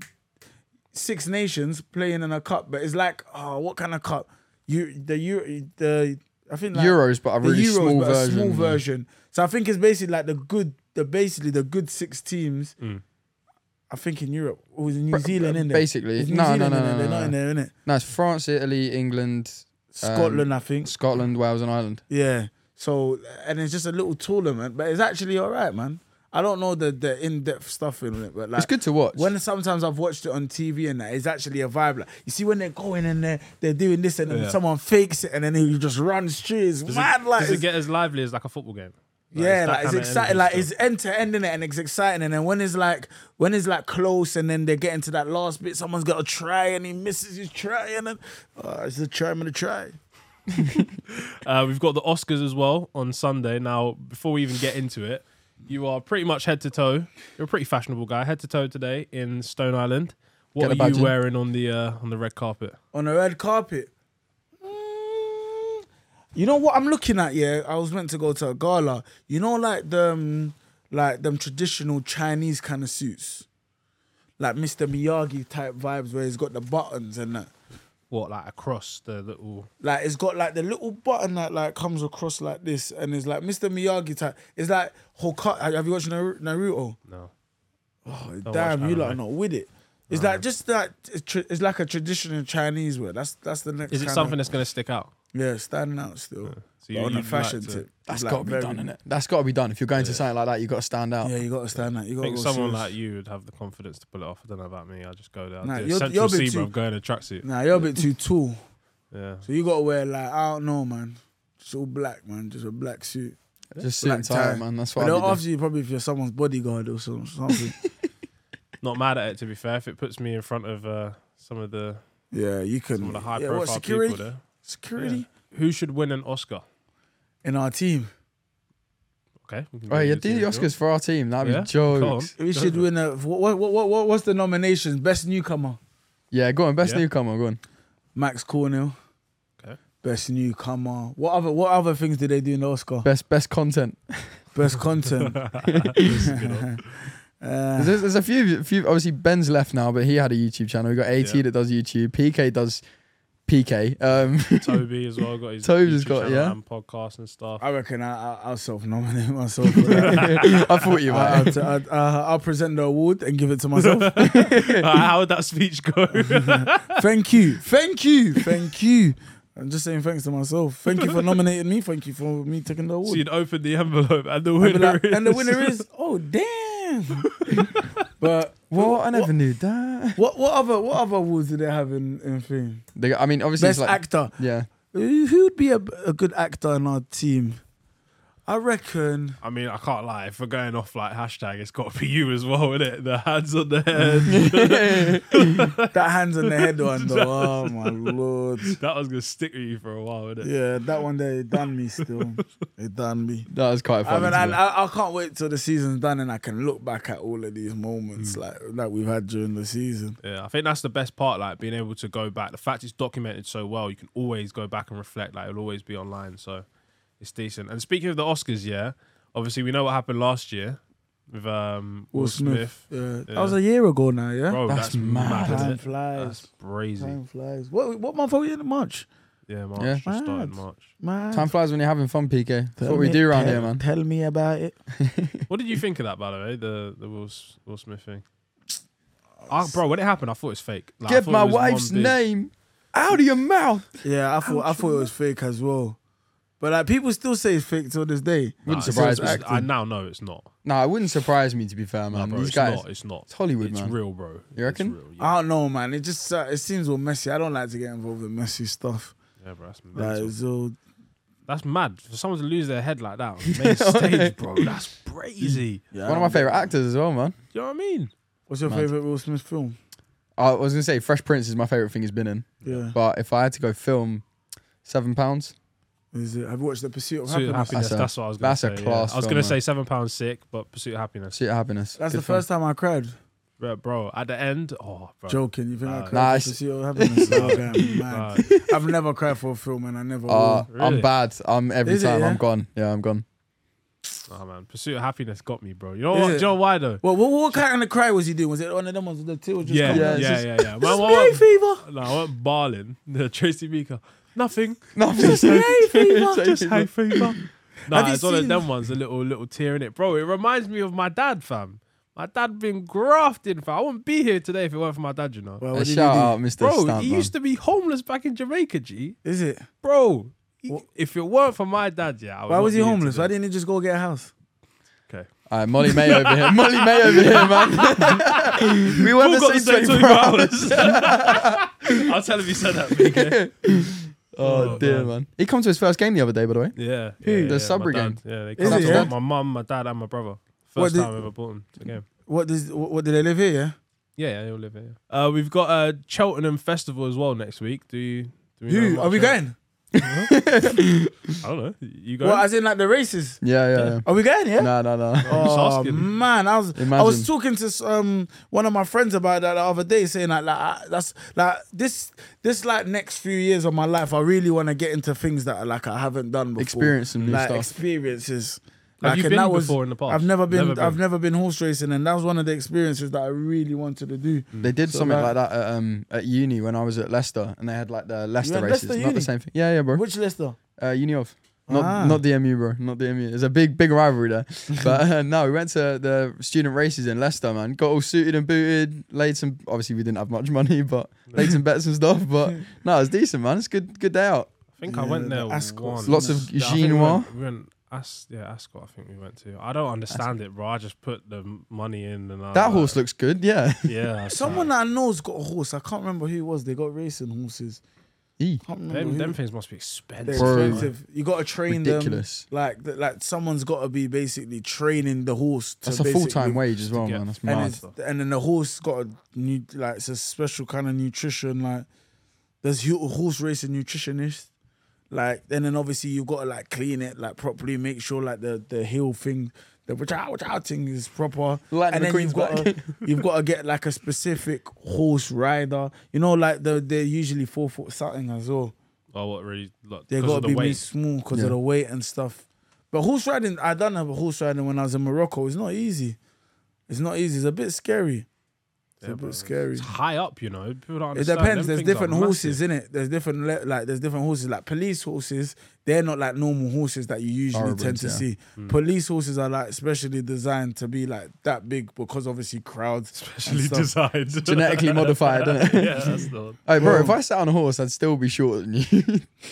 Six Nations playing in a cup, but it's like oh what kind of cup? You the Euro the I think like, Euros, but a the really Euros, small but version. a small version. So I think it's basically like the good the basically the good six teams. I think in Europe, or is New Zealand in there? basically. Is New No, no, Zealand no, in there? no, they're no, Um, not in no. there, innit? No, it's France, Italy, England, Scotland, I think. Scotland, Wales, and Ireland. Yeah. So and it's just a little tournament, but it's actually all right, man. I don't know the the in depth stuff in it, but like It's good to watch. When sometimes I've watched it on TV and that, it's actually a vibe. Like you see when they're going and they're they're doing this and then Yeah. someone fakes it and then he just runs through. It's does, mad, it, like does it's- it get as lively as like a football game? Like, yeah, that like it's kind of exciting. energy Like still. it's end to end in it, and it's exciting. And then when it's like when it's like close, and then they get into that last bit, someone's got to try, and he misses his try, and then oh, it's the try, I'm gonna try. Uh, we've got the Oscars as well on Sunday. Now, before we even get into it, you are pretty much head to toe. You're a pretty fashionable guy, head to toe today in Stone Island. What Get a are badge you in. wearing on the uh, on the red carpet? on a red carpet. Mm, You know what I'm looking at? Yeah, I was meant to go to a gala. You know, like them, like them traditional Chinese kind of suits, like Mr Miyagi type vibes, where he's got the buttons and that. What like across the little? Like it's got like the little button that like comes across like this, and it's like Mr Miyagi type. It's like Hoka. Have you watched Naru- Naruto? No. Oh, watch damn, you lot are anime. not with it. It's like just that. It's, tr- it's like a traditional Chinese wear. That's that's the next. Is it kinda- something that's gonna stick out? Yeah, standing out still. So So you- on a you'd like fashion to- tip. That's It's like got to be very- done, innit? That's got to be done. If you're going to something like that, you got to stand out. Yeah, you got to stand out. You got I to think go someone serious. like you would have the confidence to pull it off. I don't know about me. I just go there. Nah, Nah, you're- Central you're a C, bit bro. too- I'm going in a tracksuit. Nah, you're a bit too tall. Yeah. So you got to wear like I don't know, man. Just all black, man. Just a black suit. Just suit and Black tie, tie. man. That's But what I they'll do. ask you probably if you're someone's bodyguard or some- something. Not mad at it, to be fair. If it puts me in front of uh, some of the yeah, you some can. of the high yeah, profile what security? people there. Security Who should win an Oscar? in our team. Okay. we can go Right, Oh, yeah, you do two the if you Oscars for our team. That'd want. be jokes. Go on. We should win a. What, what, what, what, what's the nominations? Best newcomer, Yeah, go on. Best Yeah. newcomer, go on. Max Cornell. Okay. Best newcomer. What other what other things did they do in the Oscar? Best best content. Best content. There's, uh, there's- there's a few, few. Obviously, Ben's left now, but he had a YouTube channel. We got AT Yeah. that does YouTube. PK does PK. Um, Toby as well got his. Toby's YouTube got- channel yeah. And podcast and stuff. I reckon I, I, I'll self-nominate myself. For that. I thought you I, might. will present the award and give it to myself. Uh, how would that speech go? thank you, thank you, thank you. I'm just saying thanks to myself. Thank you for nominating me. Thank you for me taking the award. so you'd open the envelope and the I'd be winner like, is. and the winner is oh damn. but What? I never knew that. what what other what other awards do they have in in film? They got- I mean, obviously, Best it's like actor. yeah. Who who would be a, a good actor in our team? I reckon. I mean, I can't lie. If we're going off like hashtag, it's got to be you as well, isn't it? The hands on the head. That hands on the head one though. Oh my lord. that was gonna stick with you for a while, isn't it? Yeah, that one there it done me still. It done me. That was quite I funny. mean, to I, be- I, I can't wait till the season's done and I can look back at all of these moments like like we've had during the season. Yeah, I think that's the best part, like being able to go back. The fact it's documented so well, you can always go back and reflect. Like it'll always be online, so it's decent. And speaking of the Oscars, yeah, obviously we know what happened last year with um, Will, Will Smith. Smith. Yeah. Yeah. That was a year ago now, yeah. Bro, that's, That's mad. mad. isn't Time it? That's flies. crazy. Time flies. What what month are we in? March. Yeah, March. Yeah. Just started Mad. March. Man. Time flies when you're having fun, PK. That's Tell what we me- do around tell- here, man. Tell me about it. What did you think of that, by the way? The the Will, S- Will Smith thing. Ah, bro, when it happened, I thought it was fake. Like, I Get thought it my was one wife's big- name out of your mouth. Yeah, I thought I thought it was fake as well. But like people still say it's fake till this day. Nah, Wouldn't it's- surprise it's- me. I now know it's not. Nah, it wouldn't surprise me to be fair, Nah, man. bro, These it's guys, not. It's not. it's Hollywood, It's man. real, bro. reckon? It's real. Yeah, I don't know, man. It just uh, it seems all messy. I don't like to get involved in messy stuff. yeah bro. That's, Like mental. it's all That's mad for someone to lose their head like that on the main stage, bro. That's crazy. yeah, One of my favorite actors as well, man. You know what I mean? What's your Mad. favorite Will Smith film? I was gonna say Fresh Prince is my favorite thing he's been in, Yeah, but if I had to go film Seven Pounds, is it? Have you watched The Pursuit of Pursuit of Happiness? happiness. That's a- That's, what I was gonna that's say. a yeah. class I was film, gonna man. say seven pounds sick, but pursuit of happiness. Seat of Happiness. That's Good the first time I cried. Bro, bro, at the end, oh, bro. Joking, you think I Nah. cried Nah, for it's- Pursuit of Happiness? Nah. Okay, I'm Nah. mad. I've never cried for a film, and I never. Film. Uh, will. Really? I'm bad. I'm every Is it, time. I'm yeah? gone. Yeah, I'm gone. oh man, pursuit of happiness got me, bro. You know Is what? it? Do you know why though? Well, what, what kind of cry was he doing? Was it one of them ones with the tears just Yeah, coming? yeah, out? it's yeah, just- yeah, yeah. Man, I Hay went- fever. no, I went barling. The Tracy Beaker. Nothing. No, Just hay fever. Just hay fever. Nah, Have you it's one of seen- them ones. A little, little tear in it, bro. It reminds me of my dad, fam. My dad been grafting, fam. I wouldn't be here today if it weren't for my dad, you know. Well, what A did he shout out, do? Mr. Bro, Stamp, he man. used to be homeless back in Jamaica, G. Is it? Bro, he- What? if it weren't for my dad, yeah. I would Why not was he be here homeless? Why today. didn't he just go get a house? Okay. All right, Molly May over here. Molly May over here, man. we went Who got the the same same 24 24 hours. hours? I'll tell him he said that. BK. Oh, Oh, dear, man. man. He come to his first game the other day, by the way. Yeah. Who? yeah, The yeah, sub my dad. brigade. Yeah, they Is come it, to yeah? my mum, my dad, and my brother. What First did- time I ever bought them to the game. What does what, what do they live here? Yeah. Yeah, yeah, he'll live here. yeah. Uh, we've got uh, Cheltenham Festival as well next week. Do you? Do we know Who much are we about- going? I don't know. You go. Well, as in like the races. Yeah, yeah, Are we going? Yeah. yeah. No, no, no. just Oh asking. man, I was I was Imagine. talking to um one of my friends about that the other day, saying like, like I- that's like this this like next few years of my life, I really want to get into things that like I haven't done before, Experience some new like stuff. experiences. Have Like, you and been that was- before in the past? I've never been, Never been. I've never been horse racing, and that was one of the experiences that I really wanted to do. They did So, something like- like, that at, um, at uni when I was at Leicester, and they had like the Leicester had races. Leicester not uni? the same thing. Yeah, yeah, bro. Which Leicester? Uh, uni of. Not, Ah. not DMU, bro. Not DMU. There's a big, big rivalry there. But uh, no, we went to the student races in Leicester, man. Got all suited and booted. Laid some. Obviously, we didn't have much money, but laid some bets and stuff. But no, it was decent, man. It's good, good day out. I think I went the there Ascot. once. Lots of Yeah, I think we Genoa. went- We went, As- yeah, Ascot. I think we went to. I don't understand it, bro. I just put the m- money in and I was That like, horse looks good. Yeah. Yeah, Someone that I know's got a horse. I can't remember who it was. They got racing horses. E. Can't remember Them, who. them things must be They're expensive. Bro. expensive. You got to train Ridiculous. them. Like, th- like someone's got to be basically training the horse. To That's a full basically- time wage as well, get- man. That's And, mad. it's- and then the horse got a new, like, it's a special kind of nutrition. Like, there's hu- horse racing nutritionist. Like and then obviously you've got to like clean it like properly, make sure like the the heel thing, the watch out, watch out thing is proper. Like and then McQueen's you've got back. to, you've got to get like a specific horse rider. You know, like the, they're usually four foot something as well. Oh, what really? Look, They 'cause got of to the be weight. made small because Yeah. of the weight and stuff. But horse riding, I done have a horse riding when I was in Morocco. It's not easy. It's not easy. It's a bit scary. It's a bit scary. It's high up, you know. People don't It understand. depends. Them There's things are different horses massive. in it. There's different le- like there's different horses like police horses. They're not like normal horses that you usually tend Thoroughbreds, to yeah. see. Hmm. Police horses are like specially designed to be like that big because obviously crowds. Specially Actually designed. Genetically modified, innit? yeah, that's the Hey, bro, if I sat on a horse, I'd still be shorter than you.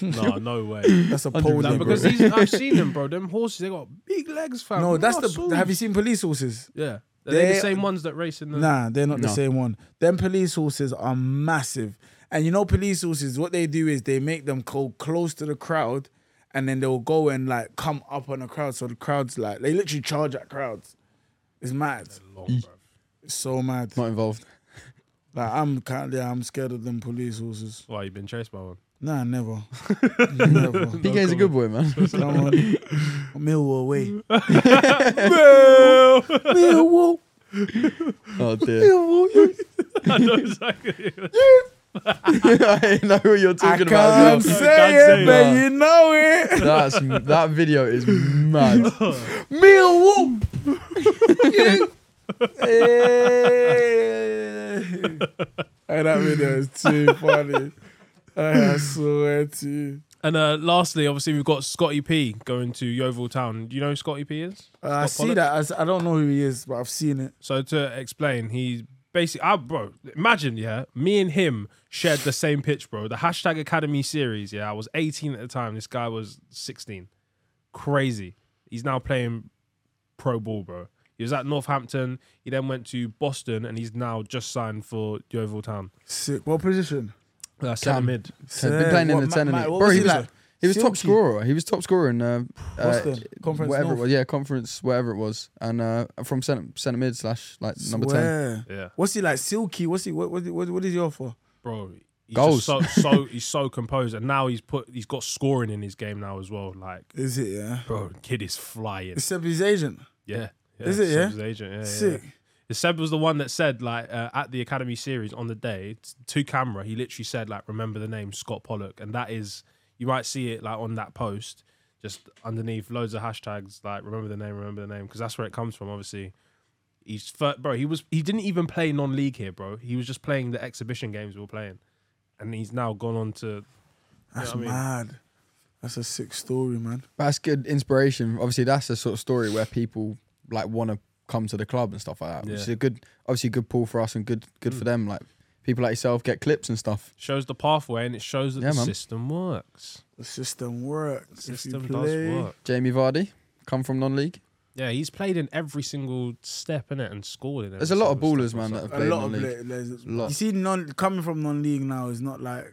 No, no way. That's a pole. No, name, because bro. these, I've seen them, bro. Them horses, they got big legs, fam. no, that's Muscles. the. Have you seen police horses? Yeah, are they the They- same ones that race in the? Nah, they're not the No. same one. Them police horses are massive. And you know, police horses, what they do is they make them go close to the crowd and then they'll go and like come up on the crowd. So the crowd's like, they literally charge at crowds. It's mad. Long, bro. It's so mad. Not involved. Like, I'm kind of, I'm scared of them police horses. Why you been chased by one? Nah, never. never. PK's a good boy, man. Someone, Millwall away. I Millwall, Oh dear. know exactly. I know what you're I talking can't about. as well. say can't it, say it. but you know it. That's that video is mad. Millwall. hey, that video is too funny. I swear to you. And uh, lastly, obviously, we've got Scotty P going to Yeovil Town. Do you know who Scotty P is? Uh, I Scott see Pollock? that. I s- I don't know who he is, but I've seen it. So to explain, he's basically, I bro, imagine, yeah, me and him shared the same pitch, bro. The hashtag Academy series, yeah. I was 18 at the time. This guy was 16. Crazy. He's now playing pro ball, bro. He was at Northampton. He then went to Boston, and he's now just signed for Yeovil Town. Sick. What position? Uh, centre Cam. mid. Ten, been playing in the ten. and it- Bro, he was he was top scorer. He was top scorer in uh, uh, Boston, Conference whatever North. it was. Yeah, conference, whatever it was, and uh, from centre centre mid slash like number ten. Swear. Yeah, What's he like? Silky? What's he? What? What? What, what is he offer? bro. He's Goals. just so so he's so composed, and now he's put he's got scoring in his game now as well. Like, Is it? Yeah. bro, kid is flying. Except his agent. Yeah. yeah. Is it, yeah? Seb's agent, yeah, yeah, Sick. yeah. Seb was the one that said, like, uh, at the Academy series on the day t- to camera, he literally said, like, remember the name Scott Pollock. And that is, you might see it, like, on that post, just underneath loads of hashtags, like, remember the name, remember the name, because that's where it comes from, obviously. He's, fir- bro, he was, he didn't even play non league here, bro. He was just playing the exhibition games we were playing. And he's now gone on to, That's I mean- mad. That's a sick story, man. But That's good inspiration. Obviously, that's the sort of story where people like want to come to the club and stuff like that. Which Yeah. is a good, obviously, good pull for us and good, good Mm. for them. Like people like yourself get clips and stuff. shows the pathway and it shows that Yeah, the man. system works. The system works. The if you system play. does work. Jamie Vardy come from non-league. Yeah, he's played in every single step in it and scored in it. There's a lot of ballers, man, that have A played lot of non-league. play- there's- Lot. You see, non coming from non-league now is not like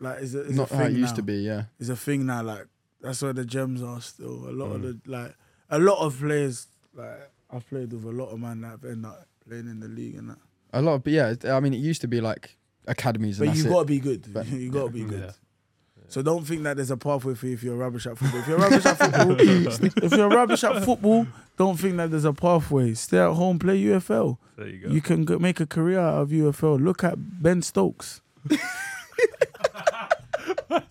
like is a, is Not a how it thing used now. to be. Yeah, It's a thing now. Like that's where the gems are still. A lot of Mm. the like a lot of players like I've played with a lot of man that have ended up playing in the league and that. a lot. Of, but yeah, I mean, it used to be like academies. And But you that's it. gotta be good. But- you gotta be good. Yeah. So don't think that there's a pathway for you if you're rubbish at football. If you're rubbish at football, if you're rubbish at football, don't think that there's a pathway. Stay at home, play UFL. There you go. You can go- make a career out of UFL. Look at Ben Stokes. Ben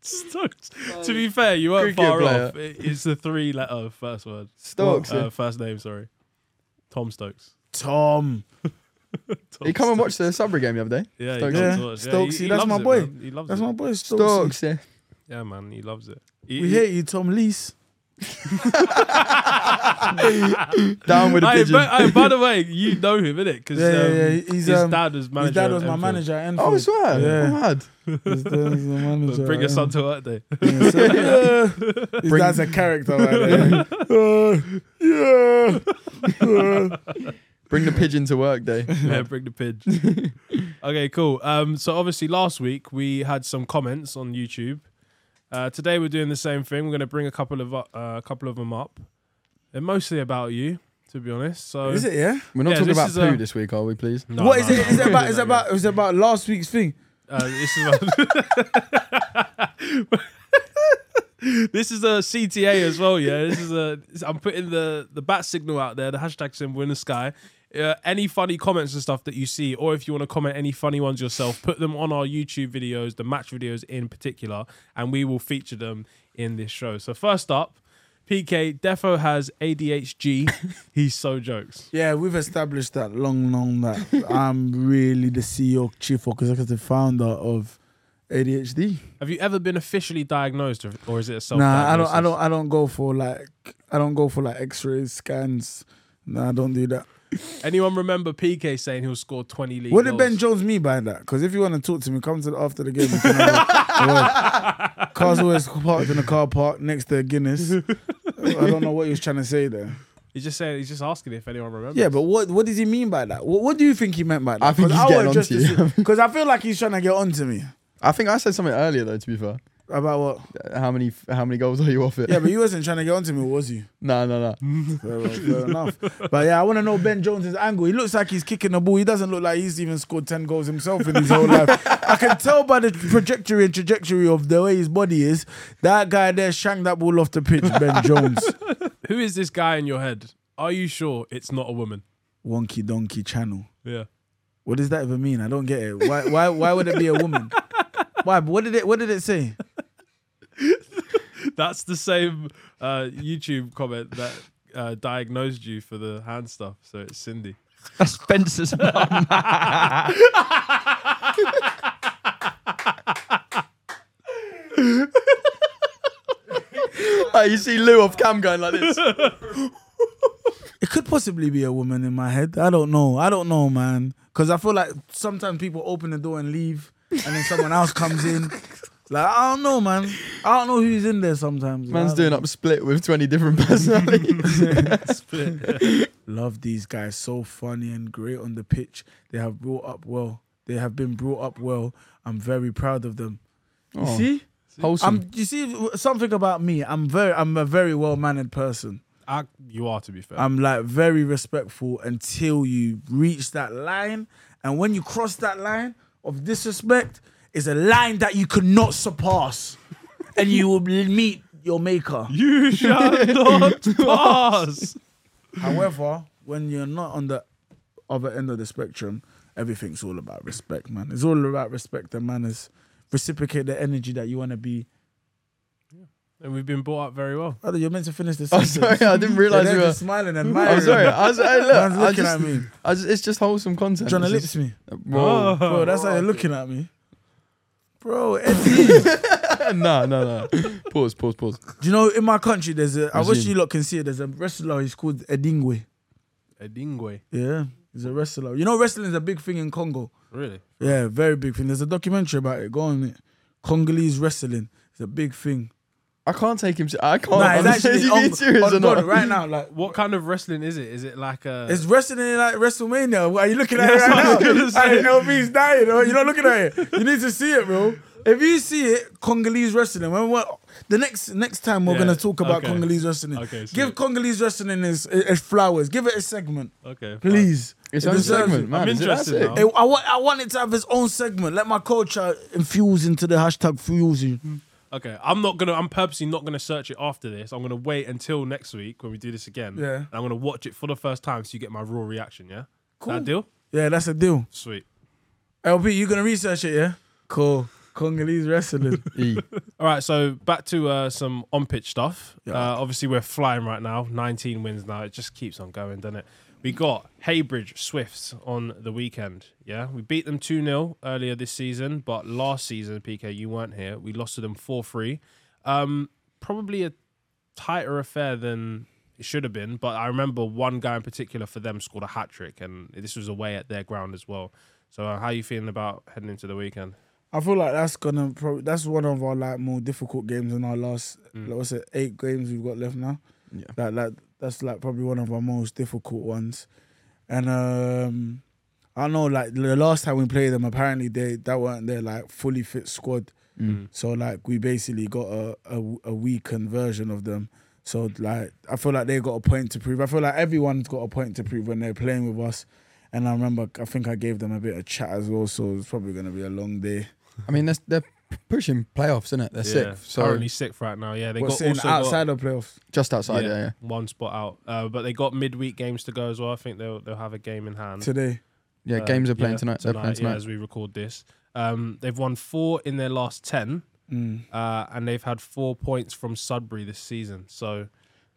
Stokes. to be fair, you weren't Cricket far player. off. It- It's the three letter first word. Stokes. Uh, first name, sorry. Tom Stokes. Tom. Tom He come and Stokes. watch the Sudbury game the other day. Yeah, Stokes. He comes Yeah. to watch. yeah, Stokes, he- he that's loves my it, boy. man. He loves That's it. my boy, Stokes. Stokes, yeah. Yeah, man, he loves it. We hate you, Tom Lees. Down with the Hey, pigeon. by, hey, by the way, you know him, innit? Because Yeah, yeah, yeah. He's, his um, dad was manager. His dad at was my Enfield. manager at Enfield. oh, I swear. Yeah. Mad. His dad was the manager. at Bring your son to work day. Yeah, so, yeah. His Bring- dad's a character, man. Uh, yeah. Bring the pigeon to work day. Yeah, bring the pidge. okay, cool. Um, so obviously last week we had some comments on YouTube. Uh, today we're doing the same thing. We're going to bring a couple of up- uh, a couple of them up. They're mostly about you, to be honest. So Is it, yeah? We're not Yeah, talking this about is, poo uh, this week, are we? Please. No, what is no, it? no, Is it no, about? no, Is it no. about? Is it about last week's thing? Uh, this is my- this is a CTA as well. Yeah, this is a. I'm putting the the bat signal out there, the hashtag symbol in the sky. Uh, any funny comments and stuff that you see, or if you want to comment any funny ones yourself, put them on our YouTube videos, the match videos in particular, and we will feature them in this show. So first up, PK Defo has ADHD. He's so jokes. Yeah, we've established that long, long that I'm really the CEO, chief executive founder of ADHD. Have you ever been officially diagnosed, or, or is it a self? Nah, I don't, I don't, I don't go for like, I don't go for like X-rays, scans. Nah, I don't do that. Anyone remember PK saying he'll score 20 league What did goals? Ben Jones mean by that? Because if you want to talk to me, come to the after the game. we can have a- Car's always parked in the car park next to Guinness. I don't know what he was trying to say there. He's just saying he's just asking if anyone remembers. Yeah, but what what does he mean by that? What, what do you think he meant by that? I think he's getting onto you. Because I feel like he's trying to get onto me I think I said something earlier though. To be fair, about what. Uh, how many how many goals are you off it? Yeah, but you wasn't trying to get onto me, was you? no, no, no. Fair, enough, fair enough. But yeah, I want to know Ben Jones's angle. He looks like he's kicking the ball. He doesn't look like he's even scored ten goals himself in his whole life. I can tell by the trajectory and trajectory of the way his body is. That guy there shanked that ball off the pitch, Ben Jones. Who is this guy in your head? Are you sure it's not a woman? Wonky donkey channel. Yeah. What does that even mean? I don't get it. Why? Why? Why would it be a woman? Why? What did it? What did it say? That's the same uh, YouTube comment that uh, diagnosed you for the hand stuff. So it's Cindy. That's Spencer's mum. Hey, you see Lou off cam going like this. It could possibly be a woman in my head. I don't know. I don't know, man. Because I feel like sometimes people open the door and leave, and then someone else comes in. Like I don't know, man. I don't know who's in there sometimes. Man's I don't- doing up split with twenty different personalities. Love these guys. So funny and great on the pitch. They have brought up well. They have been brought up well. I'm very proud of them. You Oh, see, Wholesome. I'm. You see something about me. I'm very. I'm a very well mannered person. I, Ah, you are, to be fair. I'm like very respectful until you reach that line. And when you cross that line of disrespect, is a line that you cannot surpass. and you will meet your maker. you shall not pass. However, when you're not on the other end of the spectrum, everything's all about respect, man. It's all about respect and manners. Reciprocate the energy that you want to be. And we've been brought up very well. Oh, you're meant to finish this. Oh, sorry, I didn't realise you They're were. just smiling and I'm admiring. sorry. I was, hey, look, Man's I looking just, at me. Oh. I just, it's just wholesome content. Trying to It's lips me. just- Whoa. Bro, that's how you're Oh, looking at me. Bro, Eddie. no, no, no. Pause, pause, pause. Do you know in my country there's a I wish Resume. you lot can see it, there's a wrestler he's called Edingwe. Edingwe. Yeah. He's a wrestler. You know wrestling is a big thing in Congo. Really? Yeah, very big thing. There's a documentary about it. Go on it. Congolese wrestling. It's a big thing. I can't take him. se- I can't. nah, it's actually honestly. Is he on, being Oh, serious on or not? God right now. Like What kind of wrestling is it? Is it like a. it's wrestling like WrestleMania. What are you looking at it that's what I was right gonna now? I say. didn't know he's dying. You're not looking at it. You need to see it, bro. If you see it, Congolese wrestling. When we're, the next next time we're Yeah, gonna talk about okay. Congolese wrestling. Okay, give sweet. Congolese wrestling its, its flowers. Give it a segment. okay. fine. Please. It's It own deserves segment, it. man. I'm Is it that interested sick? now. Hey, I want, I want it to have its own segment. Let my culture infuse into the hashtag fuels you. Mm-hmm. Okay, I'm not gonna. I'm purposely not gonna search it after this. I'm gonna wait until next week when we do this again. Yeah. and I'm gonna watch it for the first time, so you get my raw reaction. Yeah, Cool. That deal? Yeah, that's a deal. Sweet. LP, you gonna research it, yeah? Cool. Congolese wrestling. E. All right, so back to uh, some on-pitch stuff. Yeah. Uh, obviously, we're flying right now. 19 wins now. It just keeps on going, doesn't it? We got Haybridge Swifts on the weekend. Yeah, we beat them 2 0 earlier this season, but last season, PK, you weren't here. We lost to them 4 3. Um, probably a tighter affair than it should have been, but I remember one guy in particular for them scored a hat trick, and this was away at their ground as well. So, uh, how are you feeling about heading into the weekend? I feel like that's gonna pro- that's one of our like more difficult games in our last like, what's it eight games we've got left now. Yeah. Like like that's like probably one of our most difficult ones, and um I know like the last time we played them apparently they that weren't their like fully fit squad, so like we basically got a a, a weakened version of them. So like I feel like they got a point to prove. I feel like everyone's got a point to prove when they're playing with us. And I remember I think I gave them a bit of chat as well, so it's probably gonna be a long day. I mean, they're, they're pushing playoffs, isn't it? They're Yeah, sixth, so currently sixth right now. Yeah, they What's got in also got- outside of playoffs? just outside. Yeah, yeah. one spot out. Uh, but they got midweek games to go as well. I think they'll they'll have a game in hand. Today, Yeah, Uh, games are playing yeah, tonight. They're playing yeah, tonight. as we record this. Um, they've won four in their last ten, uh, and they've had four points from Sudbury this season. So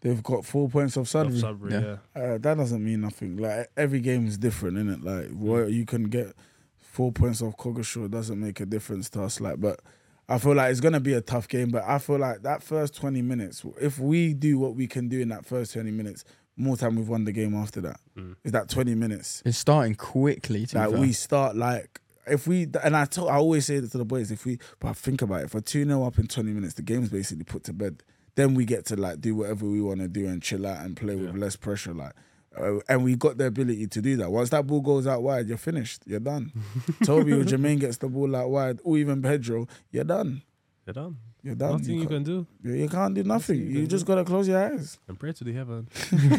they've got four points off of Sudbury. Sudbury, yeah. Yeah. Uh, that doesn't mean nothing. Like every game is different, isn't it? Like Hmm. what you can get four points off Coggeshall doesn't make a difference to us. Like, but I feel like it's gonna be a tough game. But I feel like that first twenty minutes, if we do what we can do in that first twenty minutes, more time we've won the game after that. Hmm. Is that twenty minutes? It's starting quickly. To be Like fair. we start like if we and I tell I always say this to the boys if we but think about it if I two 0 up in twenty minutes the game's basically put to bed then we get to like do whatever we want to do and chill out and play with less pressure like uh, and we got the ability to do that once that ball goes out wide you're finished you're done Toby or Jermaine gets the ball out wide or even Pedro you're done They're done. you're done Nothing you, you, can do. can, you can't do nothing you you can just do. gotta close your eyes And pray to the heaven.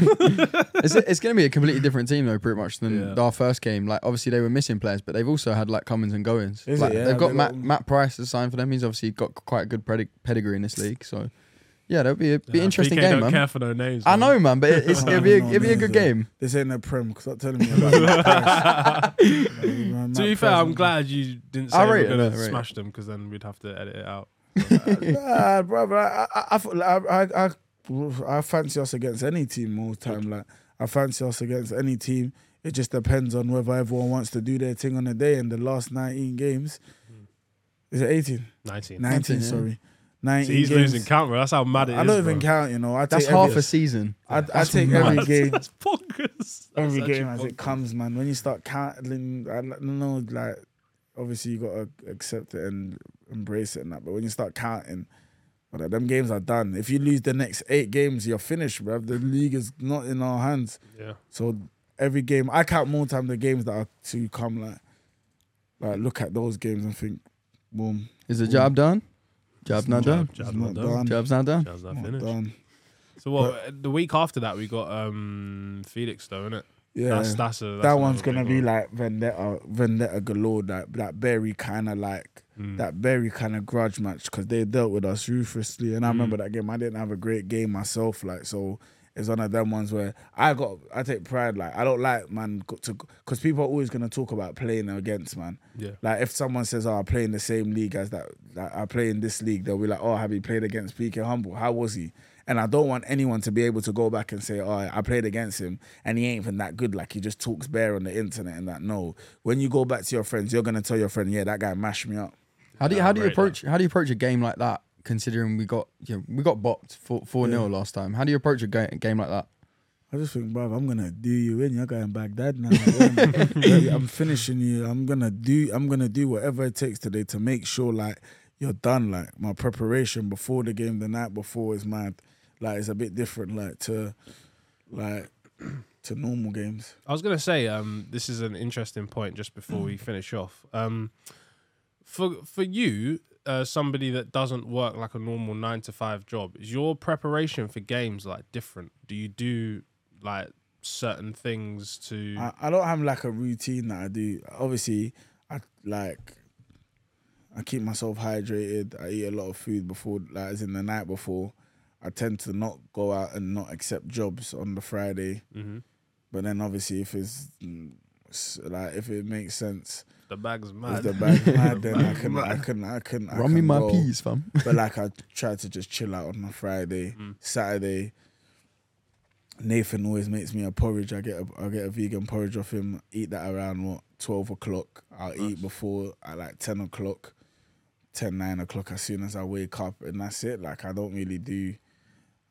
it's it's going to be a completely different team though, pretty much than Yeah. our first game. Like obviously they were missing players, but they've also had like comings and goings. Is like, it? Yeah, they've got they Matt got- Matt Price has signed for them. He's obviously got quite a good pedig- pedigree in this league. So yeah, that'll be a be Yeah, interesting PK game, don't man. care for no names. I man. know, man, but it, it's, it'll be a, No, it'll be a no, good no. game. this ain't a prem stop telling me about this To be fair, I'm glad you didn't say I we're rate it, gonna I rate it. smash them because then we'd have to edit it out. Nah, brother, I, I, I, feel like I, I, I, I fancy us against any team all the time. Like I fancy us against any team. It just depends on whether everyone wants to do their thing on the day. And the last nineteen games, is it eighteen? 19. Nineteen, 19, yeah. sorry, nineteen. See, he's games. losing count, bro. That's how mad it is. I don't even bro. count. You know, I That's take half every, a season. I I take every mad. game. That's bonkers. every That's game as actually it comes, man. When you start counting, I don't know, like obviously you gotta accept it and embrace it and that. But when you start counting, well, them games are done. If you lose the next eight games, you're finished, bruv. The league is not in our hands. Yeah. So every game, I count more time the games that are to come. Like, like look at those games and think, boom, Is the job done? Job not done. Jab, jab, it's not not done. done. Job's not done. Jab's not Not finished. done. So what? the week after that, we got um Felix though, innit? Yeah, That's that's a that's that another one's gonna big be one. like vendetta, vendetta galore. That that Barry kind of like Mm. that Barry kind of grudge match because they dealt with us ruthlessly. Mm. And I remember that game. I didn't have a great game myself. Like so. It's one of them ones where I got I take pride like I don't like man go- to because people are always gonna talk about playing against man Yeah. like if someone says oh I play in the same league as that like, I play in this league they'll be like oh have you played against PK Humble how was he and I don't want anyone to be able to go back and say oh I played against him and he ain't even that good like he just talks bare on the internet and that no when you go back to your friends you're gonna tell your friend yeah that guy mashed me up How do you, Yeah, how I'd do you rate that. approach how do you approach a game like that? Considering we got you know, we got bopped four four 0 last time. How do you approach a ga- game like that? I just think, bruv, I'm gonna do you in. You're going Baghdad now. Like, I'm finishing you. I'm gonna do. I'm gonna do whatever it takes today to make sure like you're done. Like my preparation before the game, the night before is mad. Like it's a bit different. Like to, like to normal games. I was gonna say um this is an interesting point just before we finish off. Um, for for you. Uh, somebody that doesn't work like a normal nine to five job is your preparation for games like different do you do like certain things to I, I don't have like a routine that I do. Obviously, I like I keep myself hydrated. I eat a lot of food before, like as in the night before. I tend to not go out and not accept jobs on the Friday. Mhm. But then obviously, if it's mm, s- like if it makes sense, the bag's if mad the bag mad, then I bag's can, I mad. can, I can, I Run me can my go peas, fam. but like I try to just chill out on my Friday, Mm. Saturday. Nathan always makes me a porridge. I get a I get a vegan porridge off him. Eat that around what twelve o'clock. I'll eat before at like ten o'clock, 10, 9 o'clock as soon as I wake up, and that's it. Like I don't really do.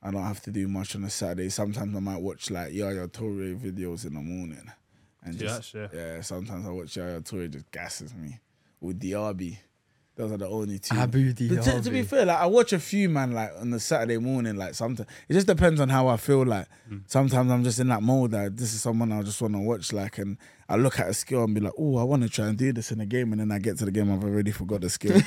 I don't have to do much on a Saturday. Sometimes I might watch like Yaya Toure videos in the morning, and Yeah, just sure. yeah. Sometimes I watch Yaya Toure just gasses me with Diaby. Those are the only two. Abu But to, to be Dhabi. fair, like I watch a few man like on the Saturday morning, like sometimes it just depends on how I feel. Like sometimes I'm just in that mode that this is someone I just want to watch, like, and I look at a skill and be like, oh, I want to try and do this in a game, and then I get to the game, I've already forgot the skill.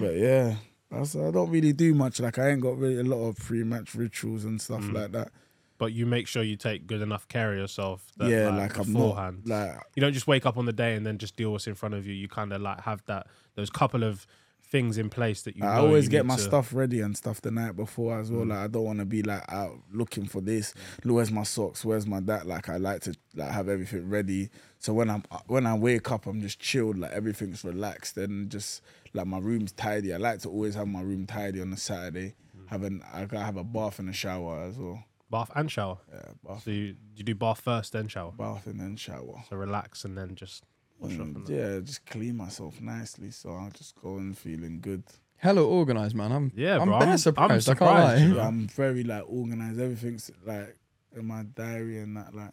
but yeah, that's, I don't really do much. Like I ain't got really a lot of pre-match rituals and stuff like that. but you make sure you take good enough care of yourself. That, yeah, like, I'm beforehand. not like you don't just wake up on the day and then just deal what's in front of you. You kind of like have that those couple of things in place that you. I know always Oh, you get need my to- Mm. stuff ready and stuff the night before as well. Like I don't want to be like out looking for this. Where's my socks? Where's my that? Like I like to like have everything ready. So when I'm when I wake up, I'm just chilled. Like everything's relaxed and just like my room's tidy. I like to always have my room tidy on a Saturday. Mm. Have an I gotta have a bath and a shower as well. bath and shower. Yeah, bath, So you, you do bath first, then shower. bath and then shower. So relax and then just wash up. And And yeah, just clean myself nicely. So I'll just go in feeling good. Hella organised, man. I'm Yeah, I'm bro, bare I'm- I'm surprised. I can't surprised, lie. you know. Yeah, I'm very like organized. Everything's like in my diary and that. Like,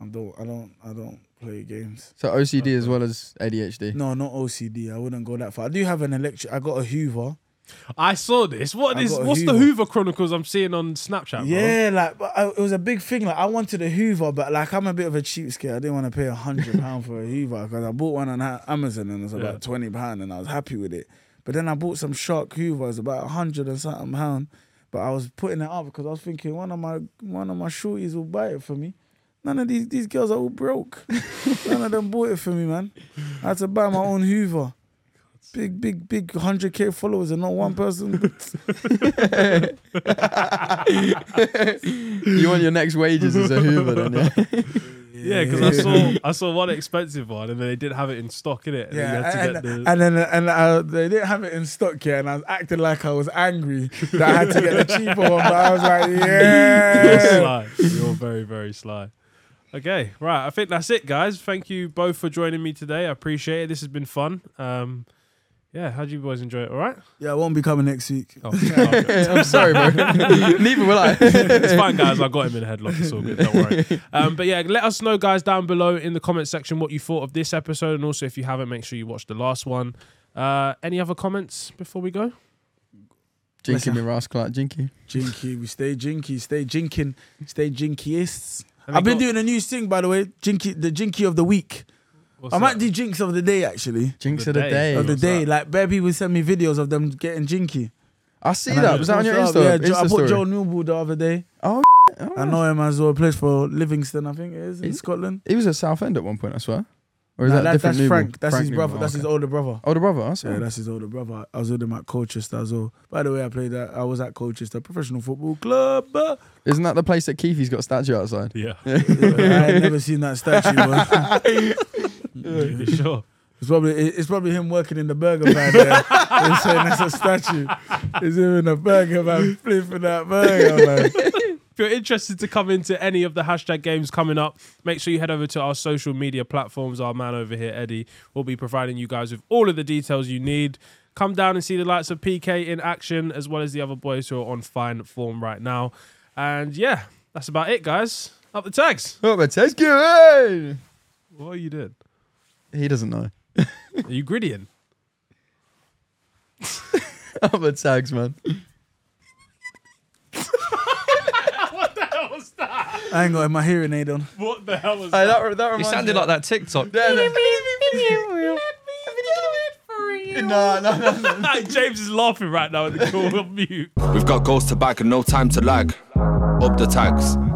I don't, I don't, I don't play games. So OCD as well as ADHD. No, not OCD. I wouldn't go that far. I do have an electric. I got a Hoover. I saw this. What I is got a what's the Hoover. Hoover Chronicles I'm seeing on Snapchat? Bro? Yeah, like but I, it was a big thing. Like I wanted a Hoover, but like I'm a bit of a cheapskate. I didn't want to pay a hundred pound for a Hoover because I bought one on Ha- Amazon and it was about Yeah. twenty pound, and I was happy with it. But then I bought some Shark Hoovers, about a hundred and something pound. But I was putting it up because I was thinking one of my one of my shorties will buy it for me. None of these these girls are all broke. None of them bought it for me, man. I had to buy my own Hoover. Big, big, big 100k followers and not one person. You want your next wages as a Hoover, then yeah. Yeah, because I saw I saw one expensive one and then they didn't have it in stock in it. Yeah, you and, had to get the, and then and uh, they didn't have it in stock yet, and I was acting like I was angry that I had to get the cheaper one, but I was like, You're yeah. sly. You're very, very sly. Okay, right. I think that's it, guys. Thank you both for joining me today. I appreciate it. This has been fun. Um, yeah, how'd you boys enjoy it? All right? Yeah, I won't be coming next week. Oh, okay. I'm sorry, bro. Neither will I. it's fine, guys. I got him in a headlock. It's all good. Don't worry. Um, but yeah, let us know, guys, down below in the comment section what you thought of this episode. And also, if you haven't, make sure you watch the last one. Uh, any other comments before we go? Jinky, me Ross Clark, Jinky. Jinky, we stay jinky, stay jinking, stay jinkyists. Have I've you been got- doing a new thing, by the way, jinky, the jinky of the week. What's I might that? do jinx of the day actually. Jinx The of the day. day. Of the what's day, that? like bare people send me videos of them getting jinky. I see And I that. just Was that on your post it Insta? up. Yeah, Jo- Insta I story? bought Joe Newbull the other day. Oh, I know him as well. Plays for Livingston, I think it is in Is- Scotland. he was at Southend at one point, I swear. Or is Nah, that, that- different? that's Newbull? Frank. That's his Newbull. brother. Oh, That's his okay. older brother. older brother. I saw. Yeah, that's his older brother. I was with him at Colchester as well. By the way, I played that. I was at Colchester Professional Football Club. Uh, Isn't that the place that Keithy's got a statue outside? Yeah, I ain't never seen that statue. Man. you sure. It's probably it- it's probably him working in the burger van. There. They're saying that's a statue. It's him in the burger van flipping that burger man. If you're interested to come into any of the hashtag games coming up, make sure you head over to our social media platforms. Our man over here, Eddie, will be providing you guys with all of the details you need. Come down and see the lights of PK in action, as well as the other boys who are on fine form right now. And yeah, that's about it, guys. Up the tags. Oh, but it's good. What are you doing? He doesn't know. Are you griddian? Oh, but tags, man. I ain't got my hearing aid on. What the hell was Hey, that, that It reminds sounded me. like that TikTok. Yeah, no, no, no, no. that? James is laughing right now at the call of mute. We've got goals to back and no time to lag. Up the tags.